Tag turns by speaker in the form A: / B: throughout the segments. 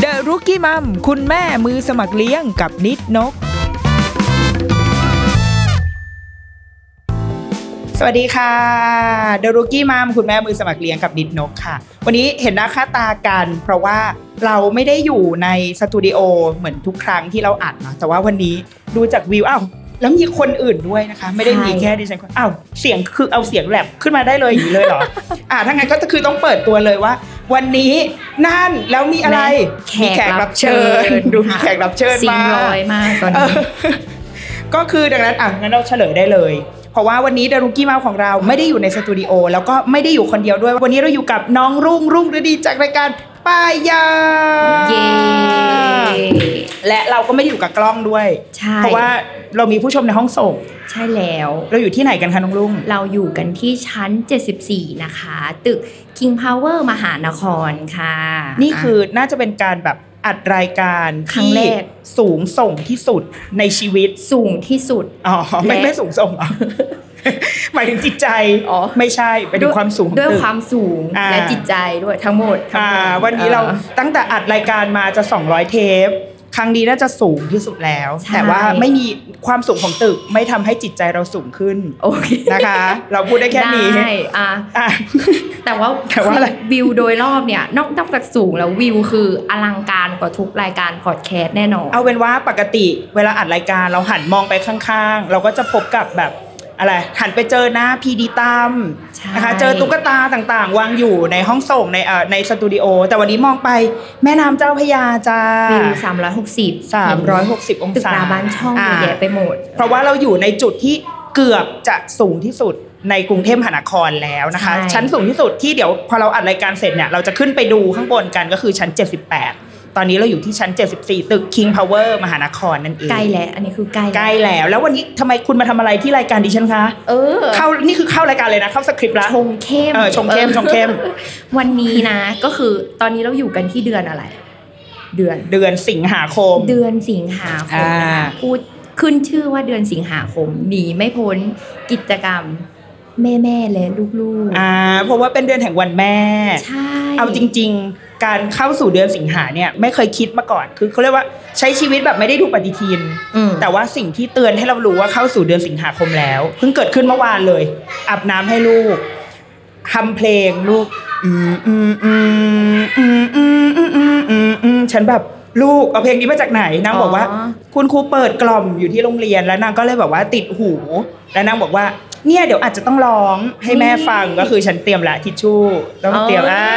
A: เดอะรุกี้มัมคุณแม่มือสมัครเลี้ยงกับนิดนก สวัสดีค่ะเดอะรุกี้มัมคุณแม่มือสมัครเลี้ยงกับนิดนกค่ะ วันนี้เห็นหน้าค่าตากัน เพราะว่าเราไม่ได้อยู่ในสตูดิโอเหมือนทุกครั้งที่เราอัดนะแต่ว่าวันนี้ดูจากวิวอ้าวแล้วมีคนอื่นด้วยนะคะ ไม่ได้มีแค่ดิฉันคนอ้าวเสียงคือเอาเสียงแลบขึ้นมาได้เลยอย่างนี้เลยเหรอ อ่าถ้างั้นก็คือต้องเปิดตัวเลยว่า วันนี้นั่นแล้วมีอะไรมีแขกรับเชิญ ดูมีแขกรับเชิญ
B: ซิง
A: มา
B: ลอยมากตอนนี้
A: เออ ก็คือดังนั้นอ่ะงั้นเราเฉลยได้เลย เพราะว่าวันนี้ดารุกี้มาของเราไม่ได้อยู่ในสตูดิโอแล้วก็ไม่ได้อยู่คนเดียวด้วย วันนี้เราอยู่กับน้องรุ่งรุ่งฤดีจากรายการป้ายยา
B: เย้
A: และเราก็ไม่ได้อยู่กับกล้องด้วย
B: ใช่
A: เพราะว่าเรามีผู้ชมในห้องส่ง
B: ใช่แล้ว
A: เราอยู่ที่ไหนกันคะน้องรุ่ง
B: เราอยู่กันที่ชั้น 74 นะคะ ตึก King Power มหานครค่ะ
A: นี่คือน่าจะเป็นการแบบอัดรายการ
B: ครั้ง
A: ที่
B: แรก
A: สูงส่งที่สุดในชีวิต
B: สูงที่สุด
A: อ๋อไม่
B: และ
A: ไม่สูงส่งเหรอ หมายถึงจิตใจ
B: อ๋อ
A: ไม่ใช่ไปถึงความสูงของ
B: ด้วย
A: ตึก
B: ความสูง
A: อ่า
B: และจิตใจด้วยทั้งหมดทั้ง
A: อ่า
B: หมด
A: วันนี้เรา
B: อ่
A: ตั้งแต่อัดรายการมาจะ 200 เทป ครั้งนี้น่าจะสูงที่สุดแล้ว
B: ใช่
A: แต่ว่าไม่มีความสูงของตึกไม่ทำให้จิตใจเราสูงขึ้น
B: โอเค
A: นะคะ เราพูดได้แค่นี้
B: ได้อ่ะ
A: อ่ะ
B: แต่ว่า
A: แต่ว่าอะไร
B: วิวโดยรอบเนี่ยนอกนอกจากสูงแล้ววิวคืออลังการกว่าทุกรายการพอดแคสต์แน่นอน
A: เอาเป็นว่าปกติเวลาอัดรายการเราหันมองไปข้างๆ เราก็จะพบกับแบบอะไรหันไปเจอหน้าพีดีตั้ม
B: ใช่
A: นะคะเจอตุ๊กตาต่างๆ วางอยู่ในห้องส่งในเอ่อในสตูดิโอ แต่วันนี้มองไปแม่น้ำเจ้าพระยาจ้า
B: วิวสามร้อยหกสิบ
A: 360 อง
B: ตึก
A: ศา
B: ดาบ้านช่องเยอะแยะไปหมด
A: เพราะว่าเราอยู่ในจุดที่เกือบจะสูงที่สุดในกรุงเทพมหานครแล้วนะคะ
B: ใช่
A: ชั้นสูงที่สุดที่เดี๋ยวพอเราอัดรายการเสร็จเนี่ยเราจะขึ้นไปดูข้างบนกันก็คือชั้น 78 ตอนนี้เราอยู่ที่ชั้น 74 ตึก King Power มหานครนั่นเอง
B: ใกล้แล้วอันนี้คือใกล้
A: ใกล้แล้ว แล้ววันนี้ทำไมคุณมาทำอะไรที่รายการดิฉันคะ
B: เออ
A: เข้านี่คือเข้ารายการเลยนะเข้าสคริปต์แล้ว
B: ชงเข้ม
A: เออชงเข้ม
B: ออ
A: ชงเข้ม
B: วันนี้นะก็คือตอนนี้เราอยู่กันที่เดือนอะไร เดือน
A: เดือนสิงหาคม
B: เดือนสิงหาคมนะ
A: อ่า
B: คะพูดขึ้นชื่อว่าเดือนสิงหาคมหนีไม่พ้นกิจกรรม แม่แม่ๆและลูก
A: อ่าเพราะว่าเป็นเดือนแห่งวันแม่
B: ๆใช่
A: เอาจริงๆ การเข้าสู่เดือนสิงหาเนี่ยไม่เคยคิดมาก่อน คือเขาเรียกว่าใช้ชีวิตแบบไม่ได้ดูปฏิทิน
B: อืม
A: แต่ว่าสิ่งที่เตือนให้เรารู้ว่าเข้าสู่เดือนสิงหาคมแล้ว เพิ่งเกิดขึ้นเมื่อวานเลยอาบน้ำให้ลูกทำเพลงลูกอืมอืมอืมอืมอืมอืมอืมอืมอืมฉันแบบลูกเอาเพลงนี้มาจากไหนนางบอกว่า คุณครูเปิดกล่อมอยู่ที่โรงเรียนแล้วนางก็เลยแบบว่าติดหู แล้วนางบอกว่า เนี่ยเดี๋ยวอาจจะต้องร้องให้แม่ฟังก็คือฉันเตรียมละทิชชู่ต้องเตรียมอ่า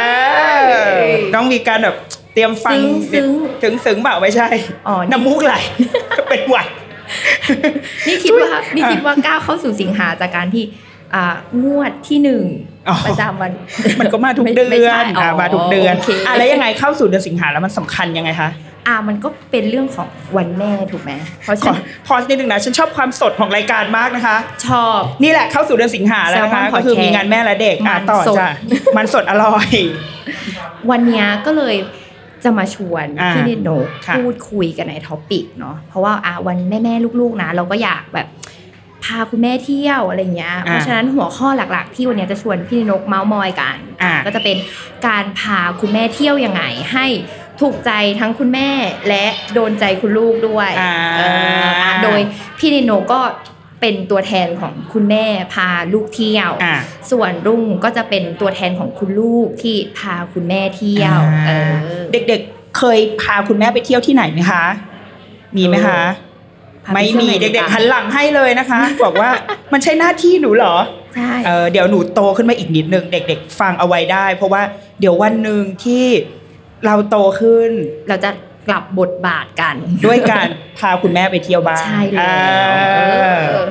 A: ต้องมีการแบบเตรียมฟังถึงซึ้งเปล่าไม่ใช่
B: อ๋อนี่
A: น้ำมูกไหล เป็นหวัด
B: นี่คิดว่านี่คิดว่าก้าวเข้าสู่สิงหาจากการที่อ่างวดที่หนึ่ง
A: อ๋อ
B: ประจำวัน
A: มันก็มาทุกเดือน
B: ไใช่
A: อ่ามาทุกเดือน
B: โค
A: อะไรยังไงเข้าสู่เดือนสิงหาแล้วมันสำคัญยังไงคะ
B: อ่ามันก็เป็นเรื่องของวันแม่ถูกไหมเพราะ
A: ข
B: ฉั
A: อน พอสนิดนึงนะฉันชอบความสดของรายการมากนะคะ
B: ชอบ
A: นี่แหละเข้าสู่เดือนสิงหาแล้วนะ
B: Salmon
A: คะ
B: Podcast
A: ก็คือมีงานแม่และเด็กอ่ะ
B: มัน
A: ต่อ
B: สด
A: จ้ะมันสดอร่อย
B: วันเนี้ยก็เลยจะมาชวน
A: อ่า
B: พี่เนโนก
A: ค่ะ
B: พูดคุยกันในท็อปิกเนาะเพราะว่าอ่ะวันแม่แม่ๆลูกๆนะเราก็อยากแบบพาคุณแม่เที่ยวอะไรเงี้ย เพราะฉะนั้นหัวข้อหลักๆ ที่วันเนี้ยจะชวนพี่เนโนกเมาส์มอยกัน
A: อ่า
B: ก็จะเป็นการพาคุณแม่เที่ยวยังไงให้ ถูกใจทั้งคุณแม่และโดนใจคุณลูกด้วย
A: อ่า
B: เอออ่ะโดยพี่นิโนก็เป็นตัวแทนของคุณแม่พาลูกเที่ยว
A: อ่ะ
B: ส่วนรุ่งก็จะเป็นตัวแทนของคุณลูกที่พาคุณแม่เที่ยว
A: อ่า
B: เออ
A: เด็กๆ เคยพาคุณแม่ไปเที่ยวที่ไหนไหมคะ มีไหมคะ
B: พาป
A: ไม่
B: ที่ยว
A: มี
B: หน
A: เด็กๆ
B: คะ
A: หันหลังให้เลยนะคะ บอกว่ามันใช่หน้าที่หนูเหรอ
B: ใช่
A: เออเดี๋ยวหนูโตขึ้นมาอีกนิดนึงเด็ก ๆ ฟังเอาไว้ได้ เพราะว่าเดี๋ยววันหนึ่งที่เราโตขึ้น
B: เราจะกลับบทบาทกัน
A: ด้วยการ พาคุณแม่ไปเที่ยวบ้าง
B: ใช่แล้
A: อ่าว
B: เออ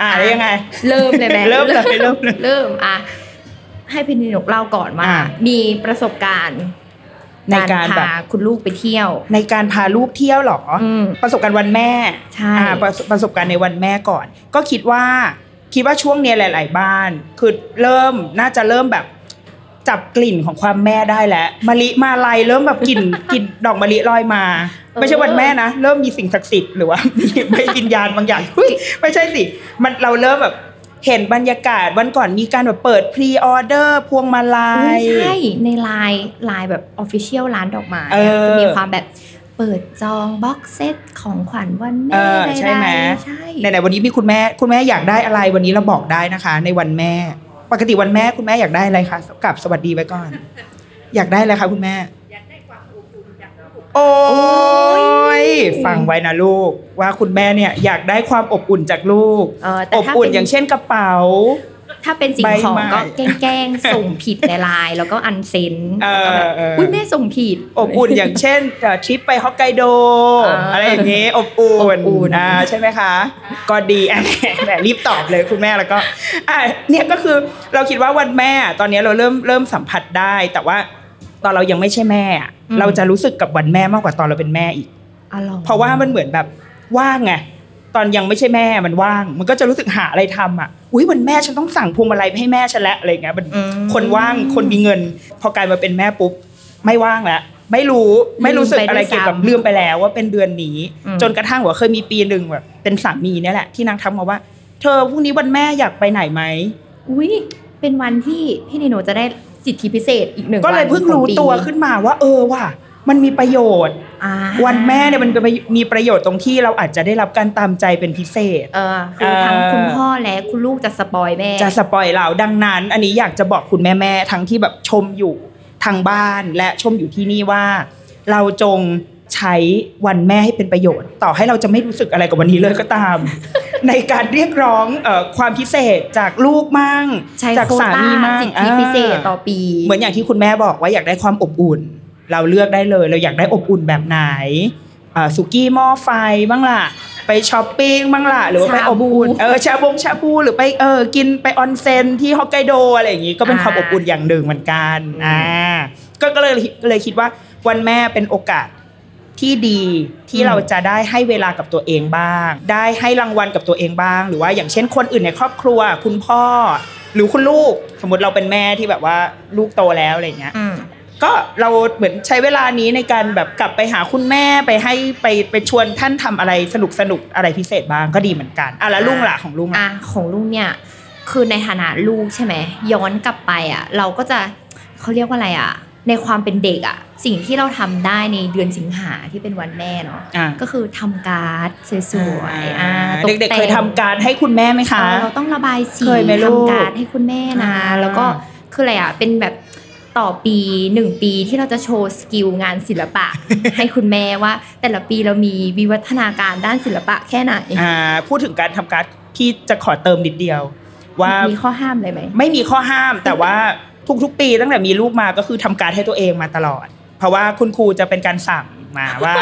A: อ่าแล้วยังไง
B: เริ่มเลยแม่
A: เริ่มเลยเริ่มเลย
B: เริ่มอ่ะให้พี่นิโนกเล่าก่อนว่า
A: อ่ะ
B: มีประสบการณ์
A: ในการแบบ
B: พาคุณลูกไปเที่ยว
A: ในการพาลูกเที่ยวเหรอ
B: อืม
A: ประสบการณ์วันแม่
B: ใช่
A: อ่าประสประสบการณ์ในวันแม่ก่อน ก็คิดว่าคิดว่าช่วงเนี้ยหลาย ๆ บ้าน คือเริ่มน่าจะเริ่มแบบจับกลิ่นของความแม่ได้แล้วมะลิมาลายเริ่มแบบกลิ่น กลิ่นดอกมะลิลอยมา ไม่ใช่วันแม่นะ เริ่มมีสิ่งศักดิ์สิทธิ์หรือว่า มีไม่วิญญาณบางอย่างเฮ้ยไม่ใช่สิ มันเราเริ่มแบบเห็นบรรยากาศวันก่อนมีการแบบเปิดพรีออเดอร์พวงมาลา
B: อุ๊ย
A: ย
B: ใช่ในไลน์ไลน์แบบออฟฟิเชียลร้านดอกไม้
A: เออ
B: จะมีความแบบเปิดจองบ็อกเซตของขวัญวัน
A: เออ
B: แม่ใด
A: ใช่
B: ๆ
A: ไหม
B: ใช่
A: ไหนๆวันนี้มีคุณแม่คุณแม่อยากได้อะไรวันนี้เราบอกได้นะคะ ในวันแม่ ปกติวันแม่คุณแม่อยากได้อะไรคะกลับสวัสดีไว้ก่อน อยากได้อะไรคะคุณแม่ อยากได้ความอบอุ่นจากลูกโอ้ยฟังไว้นะลูก ว่าคุณแม่เนี่ยอยากได้ความอบอุ่นจากลูก
B: เออแต่
A: อบ
B: ถ้า
A: อุ่น
B: เป็น
A: อย่างเช่นกระเป๋า
B: ถ้าเป็นสิ่งขอ
A: ใบ
B: ง
A: ไม้
B: ก็แกล้งๆ ส่งผิดในไลน์แล้วก็อันเซน
A: เออ
B: แล้วก็แบบ
A: เอออุ๊
B: อุ้ยแม่ส่งผิด
A: อบอุ่นอย่างเช่นเอ่อทริปไปฮอกไกโด
B: อ่า
A: อะไรอย่างนี้อบอุ่น
B: อบอุ่น
A: อ่าใช่ไหมคะ ก็ดี อ่ะแหมรีบตอบเลยคุณแม่แล้วก็อ่ะเนี่ยก็คือเราคิดว่าวันแม่ตอนนี้เราเริ่มเริ่มสัมผัสได้ แต่ว่าตอนเรายังไม่ใช่แม่อะเราจะรู้สึกกับวันแม่มากกว่าตอนเราเป็นแม่อีก
B: อ๋อหอ
A: เพราะว่ามันเหมือนแบบว่างไงตอนยังไม่ใช่แม่มันว่าง มันก็จะรู้สึกหาอะไรทำอ่ะอุ้ยวันแม่ฉันต้องสั่งพวงมาลัยไปให้แม่ฉันละอะไรอย่างเงี้ยมัน
B: อืม
A: คนว่างคนมีเงิน พอกลายมาเป็นแม่ปุ๊บไม่ว่างละไม่รู้ไม่รู้สึก
B: ลืมไปด้วย
A: อะไรเกี่ยวกับ
B: ซ้ำ
A: ลืมไปแล้วว่าเป็นเดือนนี้
B: อืม
A: จนกระทั่งว่าเคยมีปีหนึ่งแบบเป็นสามีเนี่ยแหละที่นางทักมาว่า เธอพรุ่งนี้วันแม่อยากไปไหนไหม
B: อุ้ยเป็นวันที่พี่นิโนจะได้สิทธิพิเศษอีกหนึ่ง
A: ก็เลย
B: วัน
A: เพิ่ง
B: ขอ
A: รู้
B: ปี
A: ตัวขึ้นมาว่า เออว่ะมันมีประโยชน์
B: อ่า
A: วันแม่เนี่ยมันเป็นประโยชน์มีประโยชน์ตรงที่เราอาจจะได้รับการตามใจเป็นพิเศษ
B: เออคือทั้ง
A: เออ
B: คุณพ่อและคุณลูกจะสปอยแม่
A: จะสปอยเราดังนั้น อันนี้อยากจะบอกคุณแม่ ๆ ทั้งที่แบบชมอยู่ทางบ้านและชมอยู่ที่นี่ว่า เราจงใช้วันแม่ให้เป็นประโยชน์ ต่อให้เราจะไม่รู้สึกอะไรกับวันนี้เลยก็ตาม ในการเรียกร้องเออความพิเศษจากลูกมั่ง
B: ใช้
A: จาก
B: โคว
A: สา
B: ต้า
A: มีมั่ง
B: สิทธิพิเศษต่อปี
A: าเหมือนอย่างที่คุณแม่บอกว่าอยากได้ความอบอุ่น เราเลือกได้เลย เราอยากได้อบอุ่นแบบไหนอ่าสุกี้หม้อไฟบ้างล่ะ ไปช้อปปิ้งบ้างล่ะหรือว่าไป
B: ชาบู
A: อบอุ่นเออชาบงชาบูหรือไปเออกินไปออนเซ็นที่ฮอกไกโดอะไรอย่างนี้ก็เป็นความอบอุ่นอย่างหนึ่งเหมือนกันอ่าก็ก็เลยก็เลยคิดว่าวันแม่เป็นโอกาส ที่ดีที่เราจะได้ให้เวลากับตัวเองบ้าง ได้ให้รางวัลกับตัวเองบ้าง หรือว่าอย่างเช่นคนอื่นในครอบครัว คุณพ่อ หรือคุณลูก สมมติเราเป็นแม่ที่แบบว่าลูกโตแล้วอะไรเงี้ย
B: อืม
A: ก็เราเหมือนใช้เวลานี้ในการแบบกลับไปหาคุณแม่ไปให้ไปไปชวนท่านทำอะไรสนุกสนุกๆอะไรพิเศษบ้างก็ดีเหมือนกันอ่ะแล้วลุงล่ะของลุง
B: อ่ะ
A: อ่ะ
B: ของลูกเนี่ย คือในฐานะลูกใช่ไหมย้อนกลับไปอ่ะ เราก็จะเขาเรียกว่าอะไรอ่ะ ในความเป็นเด็กอ่ะ สิ่งที่เราทำได้ในเดือนสิงหาที่เป็นวันแม่เนาะ
A: อ่ะ
B: ก็คือทำการ์ดสวยๆอ่ะต
A: เด็กๆเคย
B: แต่
A: ทำ
B: ง
A: การให้คุณแม่ไหมคะ
B: เออเราต้องระบายสี
A: เคยไหมลูก
B: ทำการ์ดให้คุณแม่นะ
A: อ่า
B: แล้วก็คืออะไรอ่ะ เป็นแบบต่อปีหนึ่งปีที่เราจะโชว์สกิลงานศิล ปะ ให้คุณแม่ว่า แต่ละปีเรามีวิวัฒนาการด้านศิลปะแค่ไหน
A: ่าพูดถึงการทำการดพี่จะขอเติมนิดเดียวว่า
B: มีข้อห้ามเลยไหม
A: ไม่มีข้อห้ามแต่ว่าทุกๆ ปีตั้งแต่มีลูกมาก็คือทำการดให้ตัวเองมาตลอด เพราะว่าคุณครูจะเป็นการสั่งมา ว่า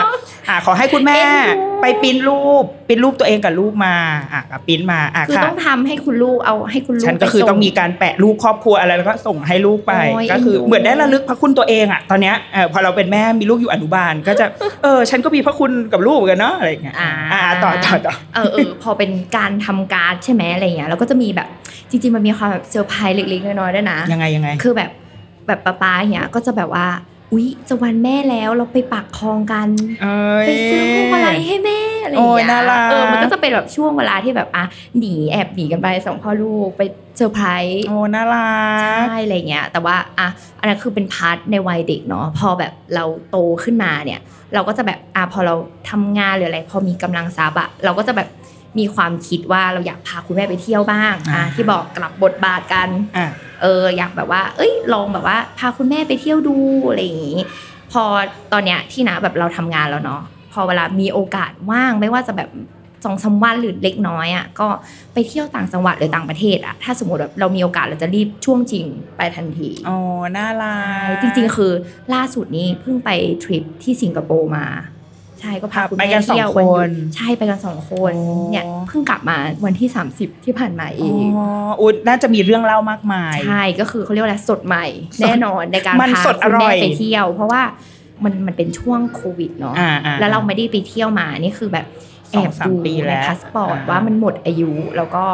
A: อ่าขอให้คุณแม่
B: เอ็นดู
A: ไปปริ้นรูปปริ้นรูปตัวเองกับลูกมาอ่ะก็ปริ้นมาอ่ะ
B: คือ
A: ค่ะ
B: ต้องทำให้คุณลูกเอาให้คุณลูก
A: ฉันก็คือ
B: ไปส่
A: ต้องมีการแปะรูปครอบครัวอะไรแล้วก็ส่งให้ลูกไป
B: โอ้ย
A: ก็คือ
B: เอ็นดู
A: เหมือนได้ระลึกพระคุณตัวเองอ่ะตอนเนี้ยเออพอเราเป็นแม่มีลูกอยู่อนุบาล ก็จะเออฉันก็มีพระคุณกับลูกเหมือนกันเนาะอะไรอย่างเงี้ย
B: อ่า
A: อ่าต่อต่อต่อ
B: เออเออพอเป็นการทำการ์ดใช่ไหมอะไรอย่างเงี้ยแล้วก็จะมีแบบจริงๆมันมีความแบบเซอร์ไพรส์เล็กๆน้อยๆด้วยนะ
A: ยังไงยังไง
B: คือแบบแบบป๊าป๊าอย่างเงี้ยก็จะแบบว่า อุ๊ยจะวันแม่แล้วเราไปปักคลองกัน
A: เอ้ย
B: ไปซื้อพวงมาลัยให้แม่ อะไรอย่างเงี้
A: โอ้ยน่ารัก
B: เออมันก็จะเป็นแบบช่วงเวลาที่แบบอ่ะหนีแอบหนีกันไปสองพ่อลูกไปเซอร์ไพรส์
A: โอ้น่ารัก
B: ใช่อะไรเงี้ย แต่ว่าอ่ะอันนั้นคือเป็นพาร์ทในวัยเด็กเนาะพอแบบเราโตขึ้นมาเนี่ย เราก็จะแบบอ่ะพอเราทำงานหรืออะไรพอมีกำลังทรัพย์อะเราก็จะแบบมีความคิดว่าเราอยากพาคุณแม่ไปเที่ยวบ้างอ่ะ
A: อ่า
B: ที่บอกกลับบทบาทกัน
A: อ่ะ
B: เอออยากแบบว่า เอ้ยลองแบบว่าพาคุณแม่ไปเที่ยวดูอะไรอย่างนี้ พอตอนเนี้ยที่นะแบบเราทำงานแล้วเนาะพอเวลามีโอกาสว่างไม่ว่าจะแบบสองสามวันหรือเล็กน้อยอะ่ะก็ไปเที่ยวต่างจังหวัดหรือต่างประเทศอะ่ะถ้าสมมติแบบเรามีโอกาสเราจะรีบช่วงจริงไปทันที
A: โอ้น่ารั
B: ใช่
A: ก
B: จริงๆคือล่าสุดนี้เพิ่งไปทริปที่สิงคโปร์มา ใช่ก็พาคุณ
A: ไป
B: แม่
A: กันสอง
B: เที่ยว
A: ค
B: วันหยุ
A: น
B: ดใช่ไปกันสองคน
A: โอ้
B: เนี่ยเพิ่งกลับมาวันที่ 30 ที่ผ่านมาเอ
A: อ๋
B: ง
A: ออุ๊ยน่าจะมีเรื่องเล่ามากมาย
B: ใช่ก็คือเขาเรียกว่าอะไรสดใหม่
A: สด
B: แน่นอนในการ
A: มัน
B: พา
A: สดอ
B: คุณ
A: ร่
B: แม่
A: อย
B: ไปเที่ยว เพราะว่ามันมันเป็นช่วงโควิดเนาะ
A: อ่าอ่
B: แล้วเราไม่ได้ไปเที่ยวมานี่คือแบบแอ
A: สอ
B: บ
A: งสาม
B: ดู
A: ปีแล้
B: ใน
A: ว
B: พาสปอร์ต
A: อ่า
B: ว่ามันหมดอายุแล้วก็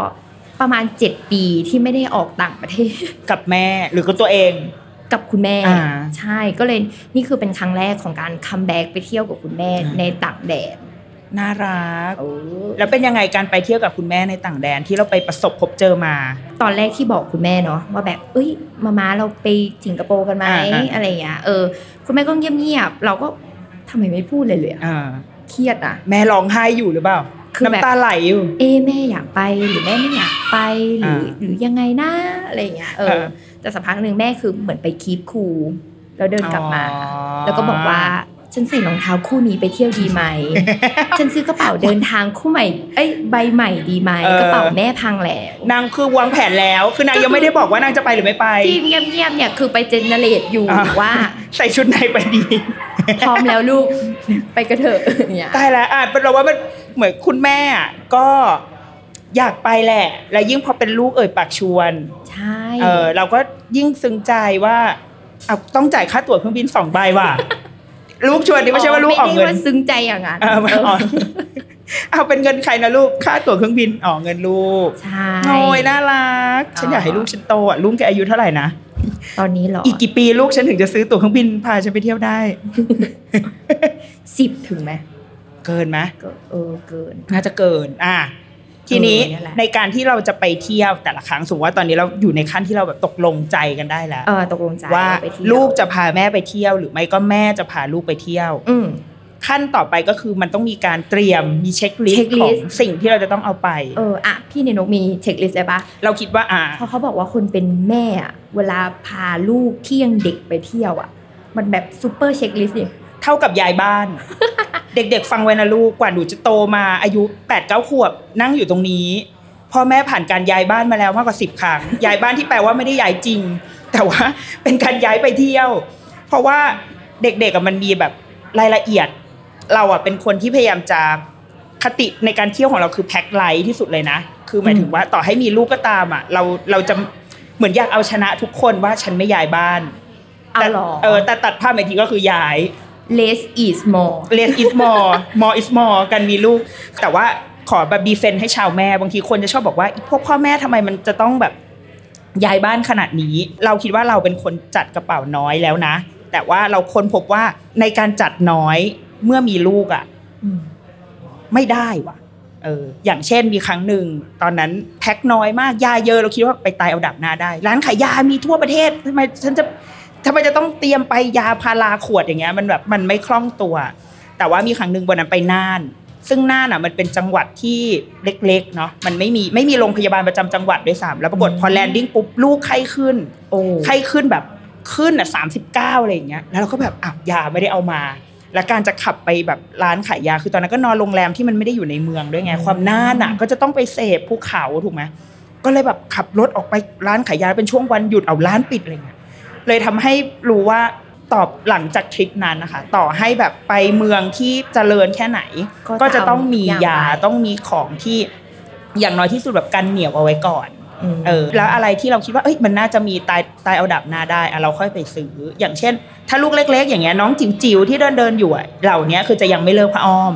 B: ประมาณ 7 ปีที่ไม่ได้ออกต่างประเทศ
A: กับแม่หรือก็ตัวเอง
B: กับคุณแม่
A: อ่า
B: ใช่ก็เลยนี่คือเป็นครั้งแรกของการคัมแบ็กไปเที่ยวกับคุณแม่
A: อ่า
B: ในต่างแดน
A: น่ารัก แล้วเป็นยังไงการไปเที่ยวกับคุณแม่ในต่างแดนที่เราไปประสบพบเจอมา
B: ตอนแรกที่บอกคุณแม่เนาะว่าแบบเอ้ยมามาเราไปสิงคโปร์กันไหม
A: อ่าอ่า
B: อะไรอย่างเงี้ยเออคุณแม่ก็เงียบๆเราก็ทำไมไม่พูดเลยเลยอะ
A: อ่า
B: เครียดอ่ะ
A: แม่ร้องไห้อยู่หรือเปล่า
B: คือแบบ
A: น้ำตาไหลอยู่
B: เอ๊ะแม่อยากไปหรือแม่ไม่อยากไปหรือ
A: อ่า
B: หรือยังไงนะอะไรอย่างเงี้ยเอ
A: เอ
B: อ
A: อ
B: แต่สักพักหนึ่งแม่คือเหมือนไปคีบคูลแล้วเดินกลับมา
A: อ๋อ
B: แล้วก็บอกว่าฉันใส่รองเท้าคู่นี้ไปเที่ยว ดีไหม ฉันซื้อกระเป๋าเดินทางคู่ใหม่ เอ้ยใบใหม่ดีไหม
A: เออ
B: กระเป๋าแม่พังแล้ว
A: นางคือวางแผนแล้ว คือนาง
B: ก็คือ
A: ยังไม่ได้บอกว่านางจะไปหรือไม่ไป
B: ที่เงียบๆเนี่ยคือไปเจเนเรตอยู่
A: อ่า
B: ว่า
A: ใส่ชุดไหนไปดี
B: พร้อมแล้วลูกไปกระเถอะอย่างเนี่ย
A: ตายแล้วอ่ะเราว่ามันเหมือนคุณแม่อ่ะก็อยากไปแหละ และยิ่งพอเป็นลูกเอ่ยปากชวน
B: ใช่
A: เออเราก็ยิ่งซึ้งใจว่าเอาต้องจ่ายค่าตั๋วเครื่องบินสองใบ ว่ะ ลูกชวนนี่ไม่ใช่ว่าลูกออก
B: ไม่
A: เงิน
B: ได้ว่าซึ้งใจอย่างนั้น
A: เออไม่ออก เอาเป็นเงินใครนะลูก ค่าตั๋วเครื่องบินอ๋อเงินลูก
B: ใช่
A: โอ้ยน่ารัก ฉัน
B: อ๋อ
A: อ
B: อ
A: ยากให้ลูกฉันโตอ่ะลูกแกอายุเท่าไหร่นะ
B: ตอนนี้เหรอ
A: อีกกี่ปีลูกฉันถึงจะซื้อตั๋วเครื่องบินพาฉันไปเที่ยวได้
B: สิบถึงไหม
A: เกินไหม
B: ก็เออเกิน
A: น่าจะเกิน อ่ะทีนี้
B: เนี่ยแหละ
A: ในการที่เราจะไปเที่ยวแต่ละครั้งสมมติว่าตอนนี้เราอยู่ในขั้นที่เราแบบตกลงใจกันได้แล้ว
B: เออตกลงใจ
A: ว่า
B: ไปเที่ย
A: ลูกจะพาแม่ไปเที่ยว หรือไม่ก็แม่จะพาลูกไปเที่ยว
B: อืม
A: ขั้นต่อไปก็คือมันต้องมีการเตรียมมีเช็คลิสต์ของ
B: Checklist
A: สิ่งที่เราจะต้องเอาไป
B: เอออ่ะพี่เนนกมีเช็คลิสต์เลยปะ
A: เราคิดว่าอ่า
B: เพราะเขาบอกว่าคนเป็นแม่อะเวลาพาลูกที่ยังเด็กไปเที่ยวอ่ะ มันแบบซูเปอร์เช็คลิสต์นี่
A: เท่ากับยาย บ้าน เด็กๆ ฟังไว้นะลูกกว่าหนูจะโตมาอายุ8ปดเก้าขวบนั่งอยู่ตรงนี้พ่อแม่ผ่านการย้ายบ้านมาแล้วมากกว่าสิบครั้งย้ายบ้านที่แปลว่าไม่ได้ย้ายจริง แต่ว่า เป็นการย้ายไปเที่ยว เพราะว่าเด็กๆอะมันมีแบบรายละเอียด เราอ่ะเป็นคนที่พยายามจะคติในการเที่ยวของเราคือแพ็คไลท์ที่สุดเลยนะ คือหมายถึงว่าต่อให้มีลูกก็ตามอ่ะ เราเราจะเหมือนอยากเอาชนะทุกคนว่าฉันไม่ย้ายบ้าน
B: เอา
A: แต่
B: หรอ
A: เออแต่ตัดภาพไปทีก็คือย้าย
B: less is more
A: เลสอิสมอ มออิสมอกันมีลูก แต่ว่าขอแบบบีเฟนให้ชาวแม่ บางทีคนจะชอบบอกว่าพวกพ่อแม่ทำไมมันจะต้องแบบย้ายบ้านขนาดนี้ เราคิดว่าเราเป็นคนจัดกระเป๋าน้อยแล้วนะ แต่ว่าเราค้นพบว่าในการจัดน้อยเมื่อมีลูกอ่ะ
B: อืม
A: ไม่ได้ว่ะ เออ อย่างเช่นมีครั้งหนึ่งตอนนั้นแพ็คน้อยมากยาเยอะเราคิดว่าไปตายเอาดับหน้าได้ ร้านขายยามีทั่วประเทศทำไมฉันจะทำไมจะต้องเตรียมไปยาพาราขวดอย่างเงี้ยมันแบบมันไม่คล่องตัว แต่ว่ามีครั้งหนึ่งวันนั้นไปน่าน ซึ่งน่านอ่ะมันเป็นจังหวัดที่เล็กๆเนาะมันไม่มีไม่มีโรงพยาบาลประจำจังหวัดด้วยซ้ำแล้วปรากฏพอแลนดิ้งปุ๊บลูกไข้ขึ้น
B: โอ้
A: ไข้ขึ้นแบบขึ้นอ่ะสามสิบเก้าอะไรอย่างเงี้ยแล้วเราก็แบบอ่ะยาไม่ได้เอามา และการจะขับไปแบบร้านขายยาคือตอนนั้นก็นอนโรงแรมที่มันไม่ได้อยู่ในเมืองด้วยไง ความน่านอ่ะก็จะต้องไปเสพภูเขาถูกไหมก็เลยแบบขับรถออกไปร้านขายยาเป็นช่วงวันหยุดเอาร้านปิดอะไรเงี้ยเลยทำให้รู้ว่าตอบหลังจากทริปนั้นนะคะ ต่อให้แบบไปเมืองที่เจริญแค่ไหน ก็จะต้องมียาต้องมีของที่อย่างน้อยที่สุดแบบกันเหนียวเอาไว้ก่อน
B: ม
A: เออแล้วอะไรที่เราคิดว่าเอ้ยมันน่าจะมีตายตายเอาดับหน้าได้อะเราค่อยไปซื้อ อย่างเช่น ถ้าลูกเล็ก ๆ อย่างเงี้ยน้องจิ๋วๆที่เดินเดินๆอยู่อะเหล่าเนี้ยคือจะยังไม่เลิกพระอ้อม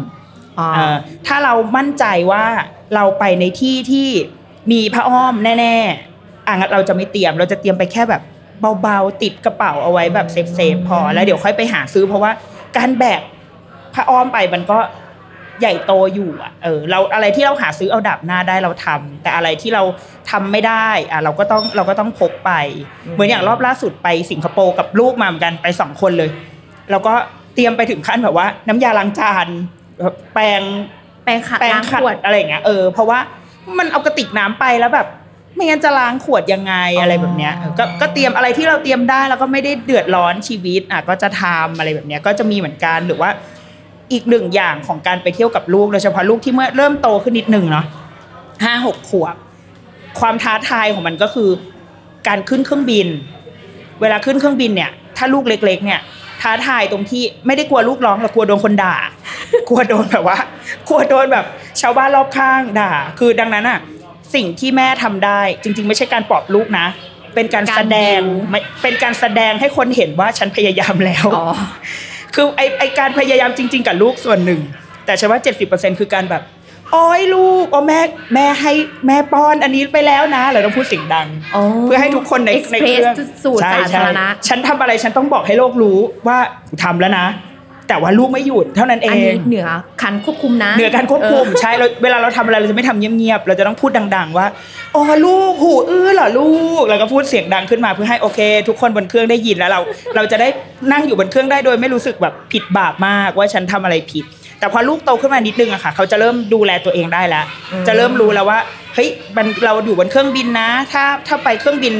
B: อ๋อ
A: เออถ้าเรามั่นใจว่าเราไปในที่ที่มีพระอ้อมแน่ๆอ่ะงั้นเราจะไม่เตรียมเราจะเตรียมไปแค่แบบเบาๆติดกระเป๋าเอาไว้แบบเซฟๆพอแล้วเดี๋ยวค่อยไปหาซื้อ เพราะว่าการแบกพระอ้อมไปมันก็ ใหญ่โตอยู่อ่ะเออเราอะไรที่เราหาซื้อเอาดับหน้าได้เราทำแต่อะไรที่เราทำไม่ได้อ่ะเราก็ต้องเราก็ต้องพกไป
B: อืม
A: เหมือนอย่างรอบล่าสุดไปสิงคโปร์กับลูกมาเหมือนกันไปสองคนเลย แล้วก็เตรียมไปถึงขั้นแบบว่า น้ำยาล้างจานแบบแปรง
B: แปรงขัด
A: แปรง
B: ล้าง
A: ขั
B: ขวด
A: ดอะไรอย่างเงี้ยเออเพราะว่ามันเอากระติกน้ำไปแล้วแบบ ไม่งั้นจะล้างขวดยังไง
B: อ๋ออ
A: อะไรแบบเนี้ยเออก็ก็เตรียมอะไรที่เราเตรียมได้แล้วก็ไม่ได้เดือดร้อนชีวิตอ่ะก็จะทำอะไรแบบเนี้ยก็จะมีเหมือนกันหรือว่า อีกหนึ่งอย่างของการไปเที่ยวกับลูกโดยเฉพาะลูกที่เมื่อเริ่มโตขึ้นนิดหนึ่งเนาะห้าหกขวบ ความท้าทายของมันก็คือ การขึ้นเครื่องบิน เวลาขึ้นเครื่องบินเนี่ย ถ้าลูกเล็ก ๆ เนี่ย ท้าทายตรงที่ไม่ได้กลัวลูกร้องแต่กลัวโดนคนด่า กลัวโดนแบบว่ากลัวโดนแบบชาวบ้านรอบข้างด่า คือดังนั้นอะสิ่งที่แม่ทำได้ จริง ๆ ไม่ใช่การปลอบลูกนะ เป็นการ
B: การ
A: แสดง
B: ดิว
A: ไม่เป็นการแสดงให้คนเห็นว่าฉันพยายามแล้ว
B: อ๋อ
A: คือไอไอการพยายามจริง ๆ กับลูกส่วนหนึ่ง แต่ฉันว่า 70%คือการแบบโอ้ยลูกโอ้แม่แม่ให้แม่ป้อนอันนี้ไปแล้วนะเราต้องพูดเสียงดัง เพื่อให้ทุกคนในใน
B: Express
A: เครื่อง
B: สู่
A: ใช่
B: สาธารณะ
A: ใช่ฉันทำอะไรฉันต้องบอกให้โลกรู้ว่ากูทำแล้วนะ แต่ว่าลูกไม่หยุดเท่านั้นเอ
B: อันนี้
A: ง
B: เหนือคันควบคุมนะ
A: เหนือการควบคุม
B: เออ
A: ใช่เราเวลาเราทำอะไรเราจะไม่ทำเงียบๆเราจะต้องพูดดัง ๆ ว่าอ๋อลูกหูอื้อเหรอลูกแล้วก็พูดเสียงดังขึ้นมาเพื่อให้โอเค ทุกคนบนเครื่องได้ยินแล้วเรา เราจะได้นั่งอยู่บนเครื่องได้โดยไม่รู้สึกแบบผิดบาปมากว่าฉันทำอะไรผิด แต่พอลูกโตขึ้นมานิดนึงอะค่ะ เขาจะเริ่มดูแลตัวเองได้แล้ว
B: อืม
A: จะเริ่มรู้แล้วว่าเฮ้ยมันเราอยู่บนเครื่องบินนะ ถ้าถ้าไปเครื่องบิน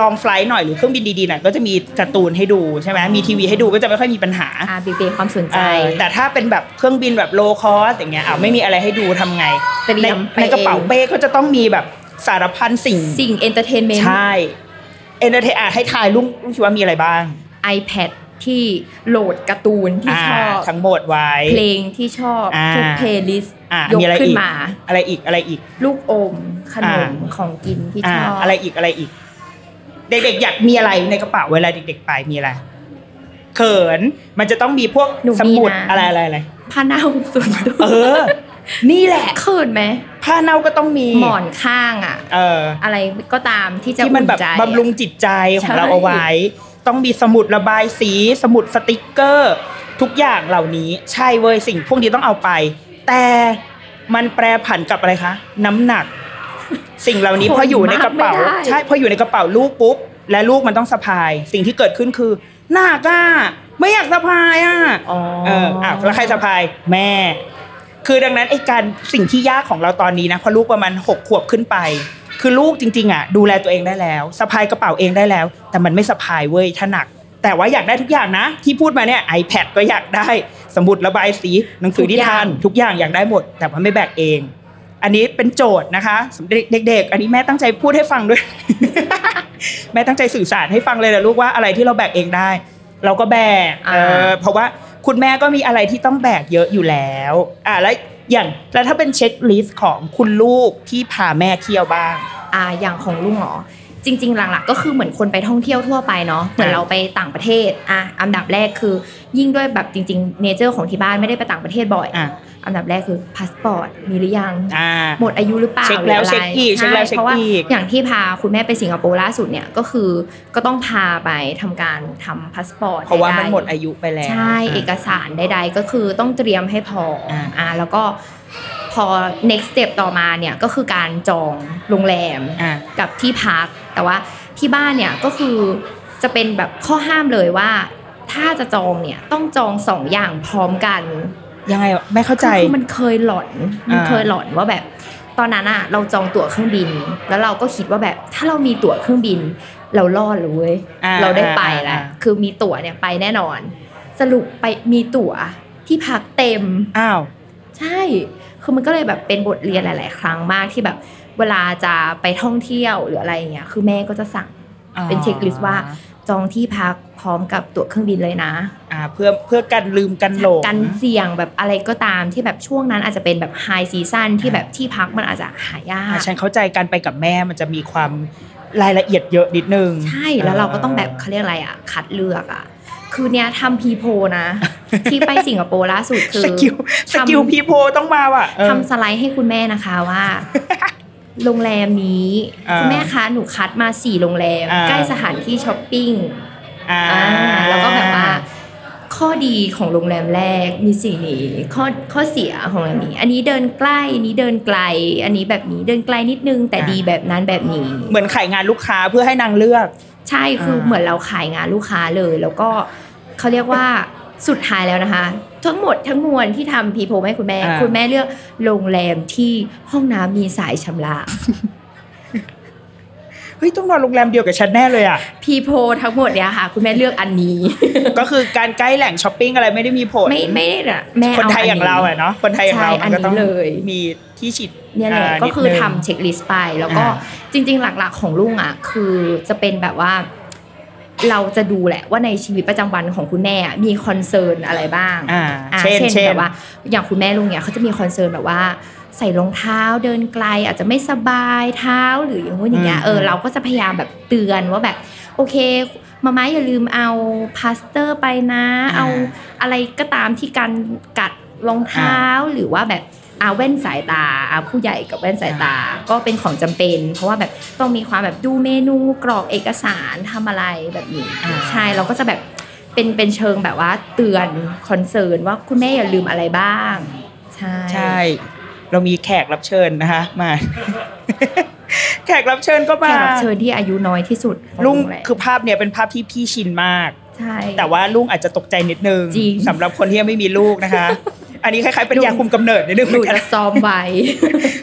A: ลองไฟลท์หน่อยหรือเครื่องบินดีๆหน่อยก็จะมีการ์ตูนให้ดูใช่ไหมมีทีวีให้ดูก็จะไม่ค่อยมีปัญหา
B: อ่าเบเบความสนใจ
A: เออแต่ถ้าเป็นแบบเครื่องบินแบบโลคอสอย่างเงี้ยอ้าวไม่มีอะไรให้ดูทำไง
B: เตรี
A: ใน
B: ยมไป
A: ในกระเป๋า
B: เอง
A: เป้ก็จะต้องมีแบบสารพันสิ่ง
B: สิ่งเอนเตอร์เทนเมนต์
A: ใช่เอนเตอร์เทให้ทายลุงลุงคิดว่ามีอะไรบ้าง
B: iPad ที่โหลดการ์ตูนที่
A: อ่า
B: ชอบ
A: ทั้งหมดไว้
B: เพลงที่ชอบ
A: อ่า
B: ทุกเพลย์ลิสต์
A: อ่าย มี
B: ก
A: อะไร
B: ขึ้
A: อี
B: น
A: ก
B: มา
A: อะไรอีกอะไรอีก
B: ลูกอมขนม
A: อ่า
B: ของกินที่
A: อ่า
B: ชอบ
A: อะไรอีกอะไรอีก เด็กๆอยากมีอะไรในกระเป๋าเวลาเด็ก ๆ ไปมีอะไรเขินมันจะต้องมีพวก
B: หนู
A: ส
B: มี
A: มุด
B: นะ
A: อะไรอะไรอะไร
B: ผ้าเน่าส่วนตัว
A: เอ อ นี่แหละ
B: เขินไหม
A: ผ้าเน่าก็ต้องมี
B: หมอนข้างอ่ะ
A: เออ
B: อะไรก็ตามที่จะ
A: ที่มันแบบ
B: อุ่ใจ
A: บำรุงจิตใจของเรา
B: ใช่
A: เอาไว้ ต้องมีสมุดระบายสี สมุดสติกเกอร์ ทุกอย่างเหล่านี้ใช่เว้ยสิ่งพวกนี้ต้องเอาไป แต่มันแปรผันกับอะไรคะ น้ำหนัก สิ่งเหล่า นี้พออยู่ในกระเป๋า ใช่พออยู่ในกระเป๋าลูกปุ๊บ และลูกมันต้องสะพาย สิ่งที่เกิดขึ้นคือ หน้าก้าไม่อยากสะพายอ่ะ
B: อ๋อ
A: เอออ่ะแล้วใครสะพายแม่ คือดังนั้นไอ้การสิ่งที่ยากของเราตอนนี้นะพอลูกประมาณหกขวบขึ้นไป คือลูกจริง ๆอ่ะดูแลตัวเองได้แล้วสะพายกระเป๋าเองได้แล้ว แต่มันไม่สะพายเว้ยถ้าหนัก แต่ว่าอยากได้ทุกอย่างนะ ที่พูดมาเนี่ย iPad ก็อยากได้ สมุดระบายสีหนังสือนิทานทุกอย่างอยากได้หมด แต่ว่าไม่แบกเอง อันนี้เป็นโจทย์นะคะสำหรับเด็ก ๆ อันนี้แม่ตั้งใจพูดให้ฟังด้วย แม่ตั้งใจสื่อสารให้ฟังเลยนะลูกว่าอะไรที่เราแบกเองได้ เราก็แบกเออเพราะว่าคุณแม่ก็มีอะไรที่ต้องแบกเยอะอยู่แล้วอ่ะแล้วอย่างแล้วถ้าเป็นเช็คลิสต์ของคุณลูกที่พาแม่เที่ยวบ้าง
B: อ่าอย่างของลุงเหรอจริง ๆ หลักๆ ก็คือเหมือนคนไปท่องเที่ยวทั่วไปเนาะเหมือน
A: อ่า
B: เราไปต่างประเทศอ่ะอันดับแรกคือ ยิ่งด้วยแบบจริงๆเนเจอร์ของที่บ้านไม่ได้ไปต่างประเทศบ่อย
A: อ่ะ
B: อันดับแรกคือพาสปอร์ตมีหรือยัง
A: อ่า
B: หมดอายุหรือเปล่า
A: เช็คแล้ว
B: หรืะไร
A: เช็คอีกเช็คแล้วเช็คอีก
B: ใเพราะว่าอย่างที่พาคุณแม่ไปสิงคโปร์ล่าสุดเนี่ยก็คือก็ต้องพาไปทำการทำพาสปอร์ต
A: เพราะว่ามัน
B: ใๆ
A: หมดอายุไปแล้ว
B: ใช่
A: อ่ะ
B: เอกสารใด ๆ ก็คือต้องเตรียมให้พออา อ่าแล้วก็พอ next step ต่อมาเนี่ยก็คือการจองโรงแรม
A: อ่ะ
B: กับที่พักแต่ว่าที่บ้านเนี่ยก็คือจะเป็นแบบข้อห้ามเลยว่า ถ้าจะจองเนี่ยต้องจองสองอย่างพร้อมกัน
A: ยังไงวะไม่เข้าใจ
B: คือคือมันเคยหลอนมัน
A: อ่า
B: เคยหลอนว่าแบบ ตอนนั้นอะเราจองตั๋วเครื่องบิน แล้วเราก็คิดว่าแบบถ้าเรามีตั๋วเครื่องบิน เรารอดเลยเว้ย
A: อ่
B: เราได้ไป
A: อ่า
B: แล้วคือมีตั๋วเนี่ยไปแน่นอน สรุปไปมีตั๋วที่พักเต็ม
A: อ้าว
B: ใช่ คือมันก็เลยแบบเป็นบทเรียนหลาย ๆ ครั้งมากที่แบบเวลาจะไปท่องเที่ยวหรืออะไรอย่างเงี้ย คือแม่ก็จะสั่ง
A: อ๋อ
B: เป็นเช็คลิสต์ว่าจองที่พักพร้อมกับตั๋วเครื่องบินเลยนะ
A: อ่าเพื่อเพื่อกันลืมกันหลง
B: กันเสี่ยงแบบอะไรก็ตามที่แบบช่วงนั้นอาจจะเป็นแบบไฮซีซันที่
A: อ่า
B: แบบที่พักมันอาจจะหายาก
A: อ่ะฉันเข้าใจการไปกับแม่มันจะมีความรายละเอียดเยอะนิดนึง
B: ใช่แล้วเราก็ต้องแบบเขาเรียกอะไรอ่ะ คัดเลือกอ่ะ คือเนี้ยทำพีโพนะ ที่ไปสิงคโปร์ล่าสุดคือ
A: สกิลสกิลพีโพต้องมาว่ะเออ
B: ทำสไลด์ให้คุณแม่นะคะ ว่า โรงแรมนี้
A: อ่า
B: คุณแม่คะหนูคัดมาสี่โรงแรม
A: อ่า
B: ใกล้สถานที่ช้อปปิ้ง
A: อ่า
B: อ่าแล้วก็แบบว่า ข ข้อดีของโรงแรมแรกมีสิ่งนี้ข้อข้อเสียของโรงแรมนี้ อันนี้เดินใกล้อันนี้เดินไกล อันนี้แบบนี้เดินไกลนิดนึง แต่
A: อ่า
B: ดีแบบนั้นแบบนี้
A: เหมือนขายงานลูกค้าเพื่อให้นางเลือก
B: ใช่คืออา เหมือนเราขายงานลูกค้าเลย แล้วก็เขาเรียกว่าสุดท้ายแล้วนะคะ ทั้งหมดทั้งมวลที่ทำพีโพให้คุณแม่
A: อ่า
B: คุณแม่เลือกโรงแรมที่ห้องน้ำมีสายชำระ
A: เฮ้ยต้องนอนโรงแรมเดียวกับฉันแน่เลย อ่ะ
B: พีโพทั้งหมดเนี่ยค่ะ คุณแม่เลือกอันนี้
A: ก็คือการใกล้แหล่งช้อปปิ้งอะไรไม่ได้มีผล
B: ไม่ไม่ได้น่ะแม่
A: คนไทย
B: นนี้
A: อย่างเราอะเนาะคนไทยอย่างเรา
B: ใช่
A: มันก็ต้อง
B: อันนี้เลย
A: มีที่ฉีด
B: เนี่ยแหละ
A: า
B: ก็คือ
A: นิดนึง
B: ทำเช็คลิสต์ไปแล้วก็
A: อ่า
B: จริง ๆ หลักๆของลุงอ่ะ คือจะเป็นแบบว่า เราจะดูแหละว่าในชีวิตประจำวันของคุณแม่อะมีคอนเซิร์นอะไรบ้าง
A: อ่า
B: อ่า
A: เช่นเช่น
B: แบบว่า อย่างคุณแม่ลุงเนี่ยเขาจะมีคอนเซิร์นแบบว่า ใส่รองเท้าเดินไกลอาจจะไม่สบายเท้าหรืออย่างงู้นอย่างเงี้ย
A: อืม
B: เออเราก็จะพยายามแบบเตือนว่าแบบ โอเค มาม่าอย่าลืมเอาพลาสเตอร์ไปนะ เอาอะไรก็ตามที่การกัดรองเท้าหรือว่าแบบอาแว่นสายตาอาผู้ใหญ่กับแว่นสายตาก็เป็นของจำเป็น เพราะว่าแบบต้องมีความแบบดูเมนูกรอกเอกสารทำอะไรแบบนี้
A: อ่า
B: ใช่เราก็จะแบบเป็นเป็นเชิงแบบว่าเตือนคอนเซิร์นว่าคุณแม่อย่าลืมอะไรบ้าง ใช่
A: ใช่ เรามีแขกรับเชิญนะคะ มา แขกรับเชิญก็
B: แข
A: มาก
B: รับเชิญที่อายุน้อยที่สุดของ
A: ลุง
B: แรม
A: คือภาพเนี่ยเป็นภาพที่พี่ชินมาก
B: ใช่
A: แต่ว่าลุงอาจจะตกใจนิดนึง
B: จริง
A: สำหรับคนที่ยังไม่มีลูกนะคะ อันนี้คล้ายๆเป็นยาคุมกำเนิดนิดนึงเหมื
B: ดู
A: อน
B: ด
A: กัน
B: และซ้อมไว้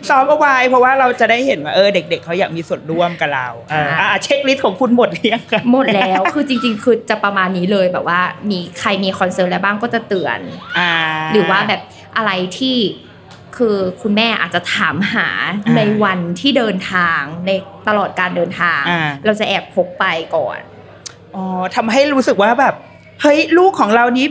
A: ซ้อมเอาไว้เพราะว่าเราจะได้เห็นว่าเออเด็ก ๆเขาอยากมีส่วนร่วมกับเราเอออ่ะเช็คลิสต์ของคุณหมดหรือยังคะ
B: หมดแล้ว คือจริง ๆ คือจะประมาณนี้เลยแบบว่า มีใครมีคอนเซิร์นอะไรบ้างก็จะเตือน
A: อ่า
B: หรือว่าแบบอะไรที่คือคุณแม่อาจจะถามหา
A: อ่า
B: ในวันที่เดินทางในตลอดการเดินทาง
A: อ่า
B: เราจะแอบพกไปก่อน
A: อ๋อทำให้รู้สึกว่าแบบเฮ้ยลูกของเรานี้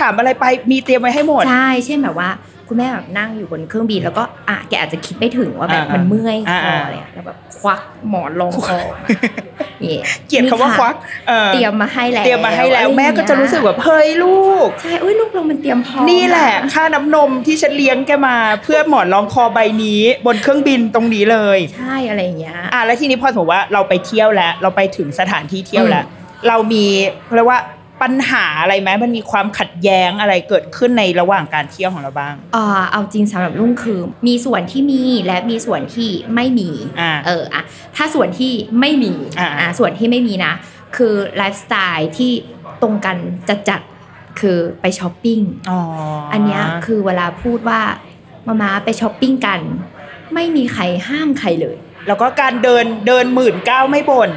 A: ถามอะไรไปมีเตรียมไว้ให้หมด
B: ใช่เช่นแบบว่า คุณแม่แบบนั่งอยู่บนเครื่องบินแล้วก็อ่ะแกอาจจะคิดไม่ถึงว่าแบบ
A: อ่ามั
B: มันเมื่อย
A: อ่า
B: คอ
A: อ่า
B: อะไรอะแล้วแบบควักหมอนรองคอออกมาเนี่ย
A: เกลียดคำว่า
B: นี่ะ
A: ควักออ
B: เตรียมมาให้แล้ว
A: เตรียมมาให้แล้ว
B: อะไรอย่าง
A: แม่ก็จะรู้สึกแบบเฮ้ยลูก
B: ใช่เอ้ยลูกเรามันเตรียมพร้อม
A: นี่แหละ ค่าน้ำนมที่ฉันเลี้ยงแกมาเพื่อหมอนรองคอใบนี้ บนเครื่องบินตรงนี้เลย
B: ใช่อะไรอย่างเงี้ย
A: อ่ะแล้วทีนี้พอสมมติว่าเราไปเที่ยวแล้วเราไปถึงสถานที่เที่ยวแล้ว เรามีเรียกว่าปัญหาอะไรไหมมันมีความขัดแย้งอะไรเกิดขึ้นในระหว่างการเที่ยวของเราบ้าง
B: เอ่อเอาจริงสำหรับลุงคือ มีส่วนที่มีและมีส่วนที่ไม่มี
A: อ่า
B: เอออะถ้าส่วนที่ไม่มี
A: อ่า
B: ะส่วนที่ไม่มีนะ คือไลฟ์สไตล์ที่ตรงกันจัดจัดๆคือไปช้อปปิ้ง
A: อ๋ออั
B: อันเนี้ยคือเวลาพูดว่ามามาไปช้อปปิ้งกัน ไม่มีใครห้ามใครเลย
A: แล้วก็การเดินเดินหมื่นเก้าไม่บ่น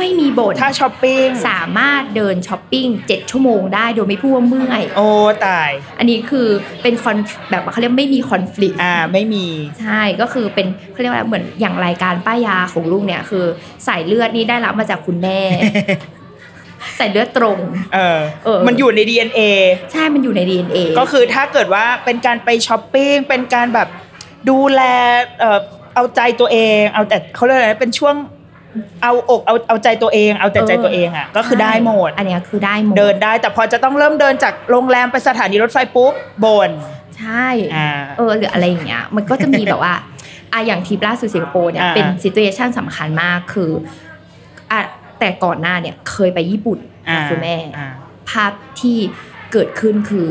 B: ไม่มีบ่น
A: ถ้าช้อปปิ้ง
B: สามารถเดินช้อปปิ้ง7ชั่วโมงได้โดยไม่พูดว่าเมื่อย
A: โอ้ตาย
B: อันนี้คือเป็นคอนแบบว่าเขาเรียกไม่มีคอน FLICT
A: อ่าไม่มี
B: ใช่ ก็คือเป็นเขาเรียกว่าเหมือนอย่างรายการป้ายาของลูกเนี่ย คือสายเลือดนี่ได้รับมาจากคุณแม่ สายเลือดตรง
A: เออ
B: เออ
A: มันอยู่ใน DNA
B: ใช่มันอยู่ใน DNA
A: ก็คือถ้าเกิดว่าเป็นการไปช้อปปิ้งเป็นการแบบดูแลเอ่อเอาใจตัวเอง เอาแต่เขาเรียกอะไรนะเป็นช่วงเอาอกเอาเอาใจตัวเอง เอาแต่ใจตัวเองอ่ะก็คือได้หมด
B: อันเนี้ยคือได้หมด
A: เดินได้แต่พอจะต้องเริ่มเดินจากโรงแรมไปสถานีรถไฟปุ๊บบ่น
B: ใช่
A: อ่า
B: เออหรืออะไรอย่างเงี้ยมันก็จะมีแบบว่า อ่ะอย่างทริปล่าสุดสิงคโปร์เนี่ย
A: อ่า
B: เป็นซิ t u เ t ชันสำคัญมากคืออ่ะแต่ก่อนหน้าเนี่ยเคยไปญี่ปุ่นกับคุณแม่
A: อ่า
B: ภาพที่เกิดขึ้นคือ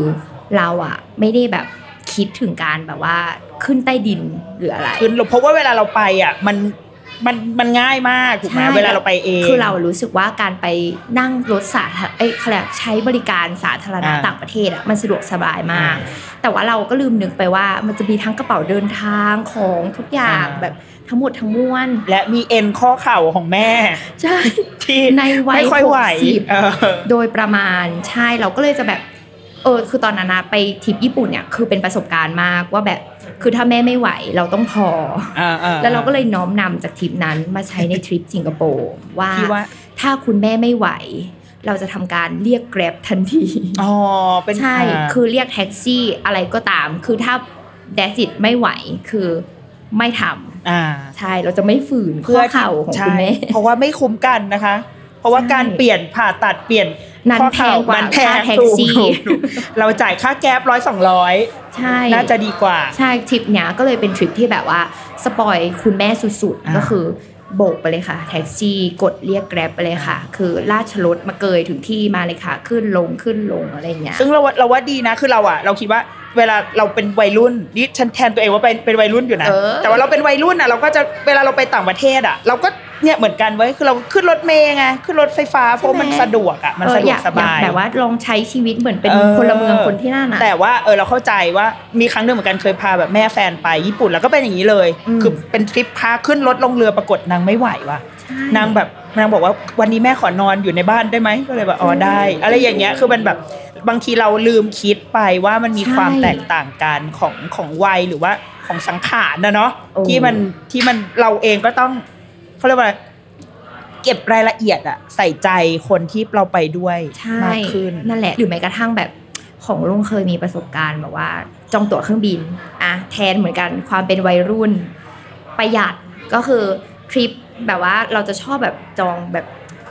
B: เราอะไม่ได้แบบคิดถึงการแบบว่าขึ้นใต้ดินหรืออะไร
A: คือเพราะว่าเวลาเราไปอ่ะมันมันมันง่ายมากถูกไหม
B: ใช่
A: เวลาเราไปเอง
B: คือเรารู้สึกว่าการไปนั่งรถสาธารเอ้ยเขาเรียกใช้บริการสาธารณะ
A: อ่า
B: ต่างประเทศอะมันสะดวกสบายมาก
A: อ่
B: แต่ว่าเราก็ลืมนึกไปว่ามันจะมีทั้งกระเป๋าเดินทางของทุกอย่าง
A: อ่า
B: แบบทั้งหมดทั้งมวล
A: และมีเอ็นข้อเข่าของ แม่
B: ใช่
A: ที่
B: ในวัย
A: ไม่ค่อยไหว
B: 60
A: เออ
B: โดยประมาณใช่เราก็เลยจะแบบเออคือตอนนั้นนะไปทริปญี่ปุ่นเนี่ยคือเป็นประสบการณ์มากว่าแบบคือถ้าแม่ไม่ไหวเราต้องพอ แล้วเราก็เลยน้อมนำจากทริปนั้นมาใช้ ในทริปสิงคโปร์ว่า
A: ที่ว่า
B: ถ้าคุณแม่ไม่ไหว เราจะทำการเรียกแกร็บทันที
A: อ๋อเป็น
B: ใช่
A: า
B: คือเรียกแท็กซี่อะไรก็ตาม คือถ้าแดสิตไม่ไหวคือไม่ทำ
A: อ่า
B: ใช่เราจะไม่ฝืนข้อเข่าของ
A: ใช่
B: คุณแม่
A: เพราะว่าไม่คุ้มกันนะคะ เพราะว่า
B: ใช่
A: การเปลี่ยนผ่าตัดเปลี่ยน
B: นั้น
A: ข้อเข่า
B: แพงกว่า
A: มันแพง
B: ค่าแท็กซี่
A: ถูถูกเราจ่ายค่าแก๊ปร้อยสองร้อย
B: ใช่
A: น่าจะดีกว่า
B: ใช่ทริปเนี้ยก็เลยเป็นทริปที่แบบว่าสปอยคุณแม่สุด
A: อ่า
B: ๆ ก็คือ โบกไปเลยค่ะ แท็กซี่กดเรียกแกร็บไปเลยค่ะ คือราชรถมาเกยถึงที่มาเลยค่ะ ขึ้นลงขึ้นลงอะไรอย่างเงี้ย
A: ซึ่งเราว่าเราว่าดีนะคือเราอะเราคิดว่าเวลาเราเป็นวัยรุ่นนี่ฉันแทนตัวเองว่าเป็นเป็นวัยรุ่นอยู่นะ
B: เออ
A: แต่ว่าเราเป็นวัยรุ่นอะเราก็จะเวลาเราไปต่างประเทศอะเราก็เนี่ยเหมือนกันเว้ยคือเราขึ้นรถเมย์ไงขึ้นรถไฟฟ้าเพราะมันสะดวกอะมัน
B: เออ
A: สะดว
B: อ
A: ก
B: ยาก
A: สบาย
B: อกแบบว่าลองใช้ชีวิตเหมือนเป็น
A: เออ
B: พลเมืองคนที่นั่นน่ะ
A: แต่ว่าเออเราเข้าใจว่ามีครั้งหนึ่งเหมือนกันเคยพาแบบแม่แฟนไปญี่ปุ่นแล้วก็เป็นอย่างนี้เลย
B: อืม
A: คือเป็นทริปพาขึ้นรถลงเรือปรากฏนางไม่ไหวว่ะ
B: ใช่
A: นางแบบนางบอกว่าวันนี้แม่ขอนอนอยู่ในบ้านได้ไหมก็เลยแบบอ๋อได้ อะไรอย่างเงี้ยคือมันแบบบางทีเราลืมคิดไปว่ามันมี
B: ใช่
A: ความแตกต่างกันของของวัยหรือว่าของสังขารนะเนาะ
B: โอ้
A: ที่มันที่มันเราเองก็ต้องเขาเรียกว่าอะไรเก็บรายละเอียดอะใส่ใจคนที่เราไปด้วย
B: ใช่
A: มากขึ้น
B: นั่นแหละ หรือแม้กระทั่งแบบของลุงเคยมีประสบการณ์แบบว่า จองตั๋วเครื่องบินอะแทนเหมือนกันความเป็นวัยรุ่น ประหยัดก็คือทริปแบบว่าเราจะชอบแบบจองแบบ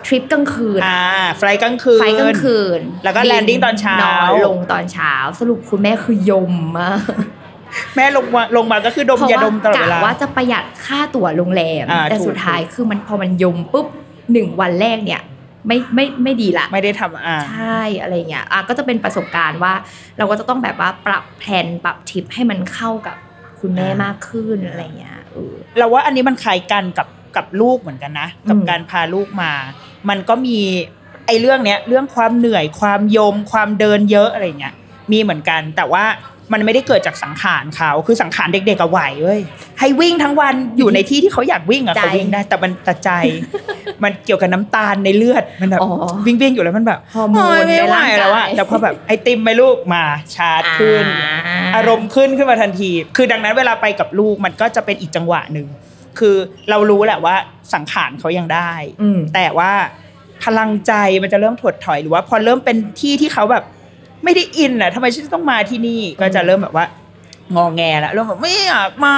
B: ทริปกลางคืน
A: อ่า ไฟล์กลางคืน
B: ไฟล์กลางคืน
A: แล้วก็
B: บิ
A: landing ตอนเช้า
B: นอนลงตอนเช้า สรุปคุณแม่คือยมมาก
A: แม่ลงมาลงมาก็คือดม
B: เพราะ
A: ยาด
B: ว่าม
A: ตลอดเว
B: กะ
A: ลา
B: ว่าจะประหยัดค่าตั๋วโรงแรม
A: อ่า
B: แต่
A: ถูก
B: สุดท้ายคือมันพอมันยมปุ๊บหนึ่งวันแรกเนี่ย ไม่ไม่ไม่ดีละ
A: ไม่ได้ทำอ่า
B: ใช่อะไรเงี้ยอ่ะก็จะเป็นประสบการณ์ว่า เราก็จะต้องแบบว่าปรับแผนปรับทริปให้มันเข้ากับคุณแม่
A: อ่าม
B: มากขึ้นอะไรเงี้ยเออ
A: เราว่าอันนี้มันคล้ายกันกับกับลูกเหมือนกันนะ กับ
B: อืม
A: การพาลูกมา มันก็มีไอ้เรื่องเนี้ยเรื่องความเหนื่อยความยม ความเดินเยอะอะไรเงี้ยมีเหมือนกัน แต่ว่ามันไม่ได้เกิดจากสังขารเขาคือสังขารเด็กๆอะไหวเว้ยให้วิ่งทั้งวันอยู่ในที่ที่เขาอยากวิ่งอะ
B: ใจ
A: เขาวิ่งได้แต่มันแต่ ใจ มันเกี่ยวกับน้ำตาลในเลือดมันแบบ
B: อ๋อ
A: วิ่งวิ่งๆอยู่แล้วมันแบบ
B: ฮอร์โมน
A: โยไม่
B: ใน
A: ไหว
B: ร่างกาย
A: แล้วอะแต่พอแบบไอติมไหมลูกมาชาร์จขึ้น อารมณ์ขึ้นขึ้นมาทันที คือดังนั้นเวลาไปกับลูกมันก็จะเป็นอีกจังหวะหนึ่ง คือเรารู้แหละว่าสังขารเขายังได้
B: อืม
A: แต่ว่าพลังใจมันจะเริ่มถดถอยหรือว่าพอเริ่มเป็นที่ที่เขาแบบ ไม่ได้อินอ่ะทำไมฉันต้องมาที่นี่ ก็จะเริ่มแบบว่างอแงแล้วเริ่มแบบไม่อยากมา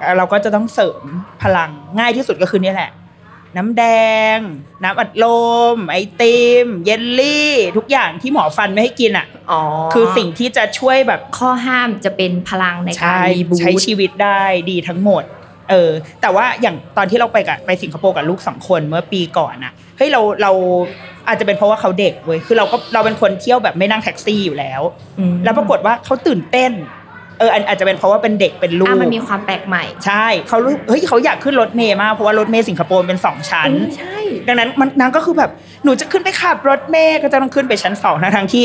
A: เอ่อเราก็จะต้องเสริมพลังง่ายที่สุดก็คือเนี่ยแหละ น้ำแดง น้ำอัดลม ไอติม เยลลี่ ทุกอย่างที่หมอฟันไม่ให้กินอ่ะ
B: อ๋อ
A: คือสิ่งที่จะช่วยแบบ
B: ข้อห้ามจะเป็นพลังในการรีบู
A: ใช้
B: ต
A: ชีวิตได้ดีทั้งหมด เออ แต่ว่าอย่างตอนที่เราไปกับไปสิงคโปร์กับลูกสองคนเมื่อปีก่อนอะเฮ้ยเราเราอาจจะเป็นเพราะว่าเขาเด็กเว้ยคือเราก็เราเป็นคนเที่ยวแบบไม่นั่งแท็กซี่อยู่แล้ว
B: อืม
A: แล้วปรากฏว่าเขาตื่นเต้น เอออันอาจจะเป็นเพราะว่าเป็นเด็กเป็นลู
B: อ่ะ
A: ก
B: มันมีความแปลกใหม่
A: ใช่เขารู้เฮ้ยเขาอยากขึ้นรถเมย์มากเพราะว่ารถเมย์สิงคโปร์เป็นสองชั้น
B: เออใช่
A: ดังนั้นมันนางก็คือแบบหนูจะขึ้นไปขับรถเมย์ก็จะต้องขึ้นไปชั้นสองนะทั้งที่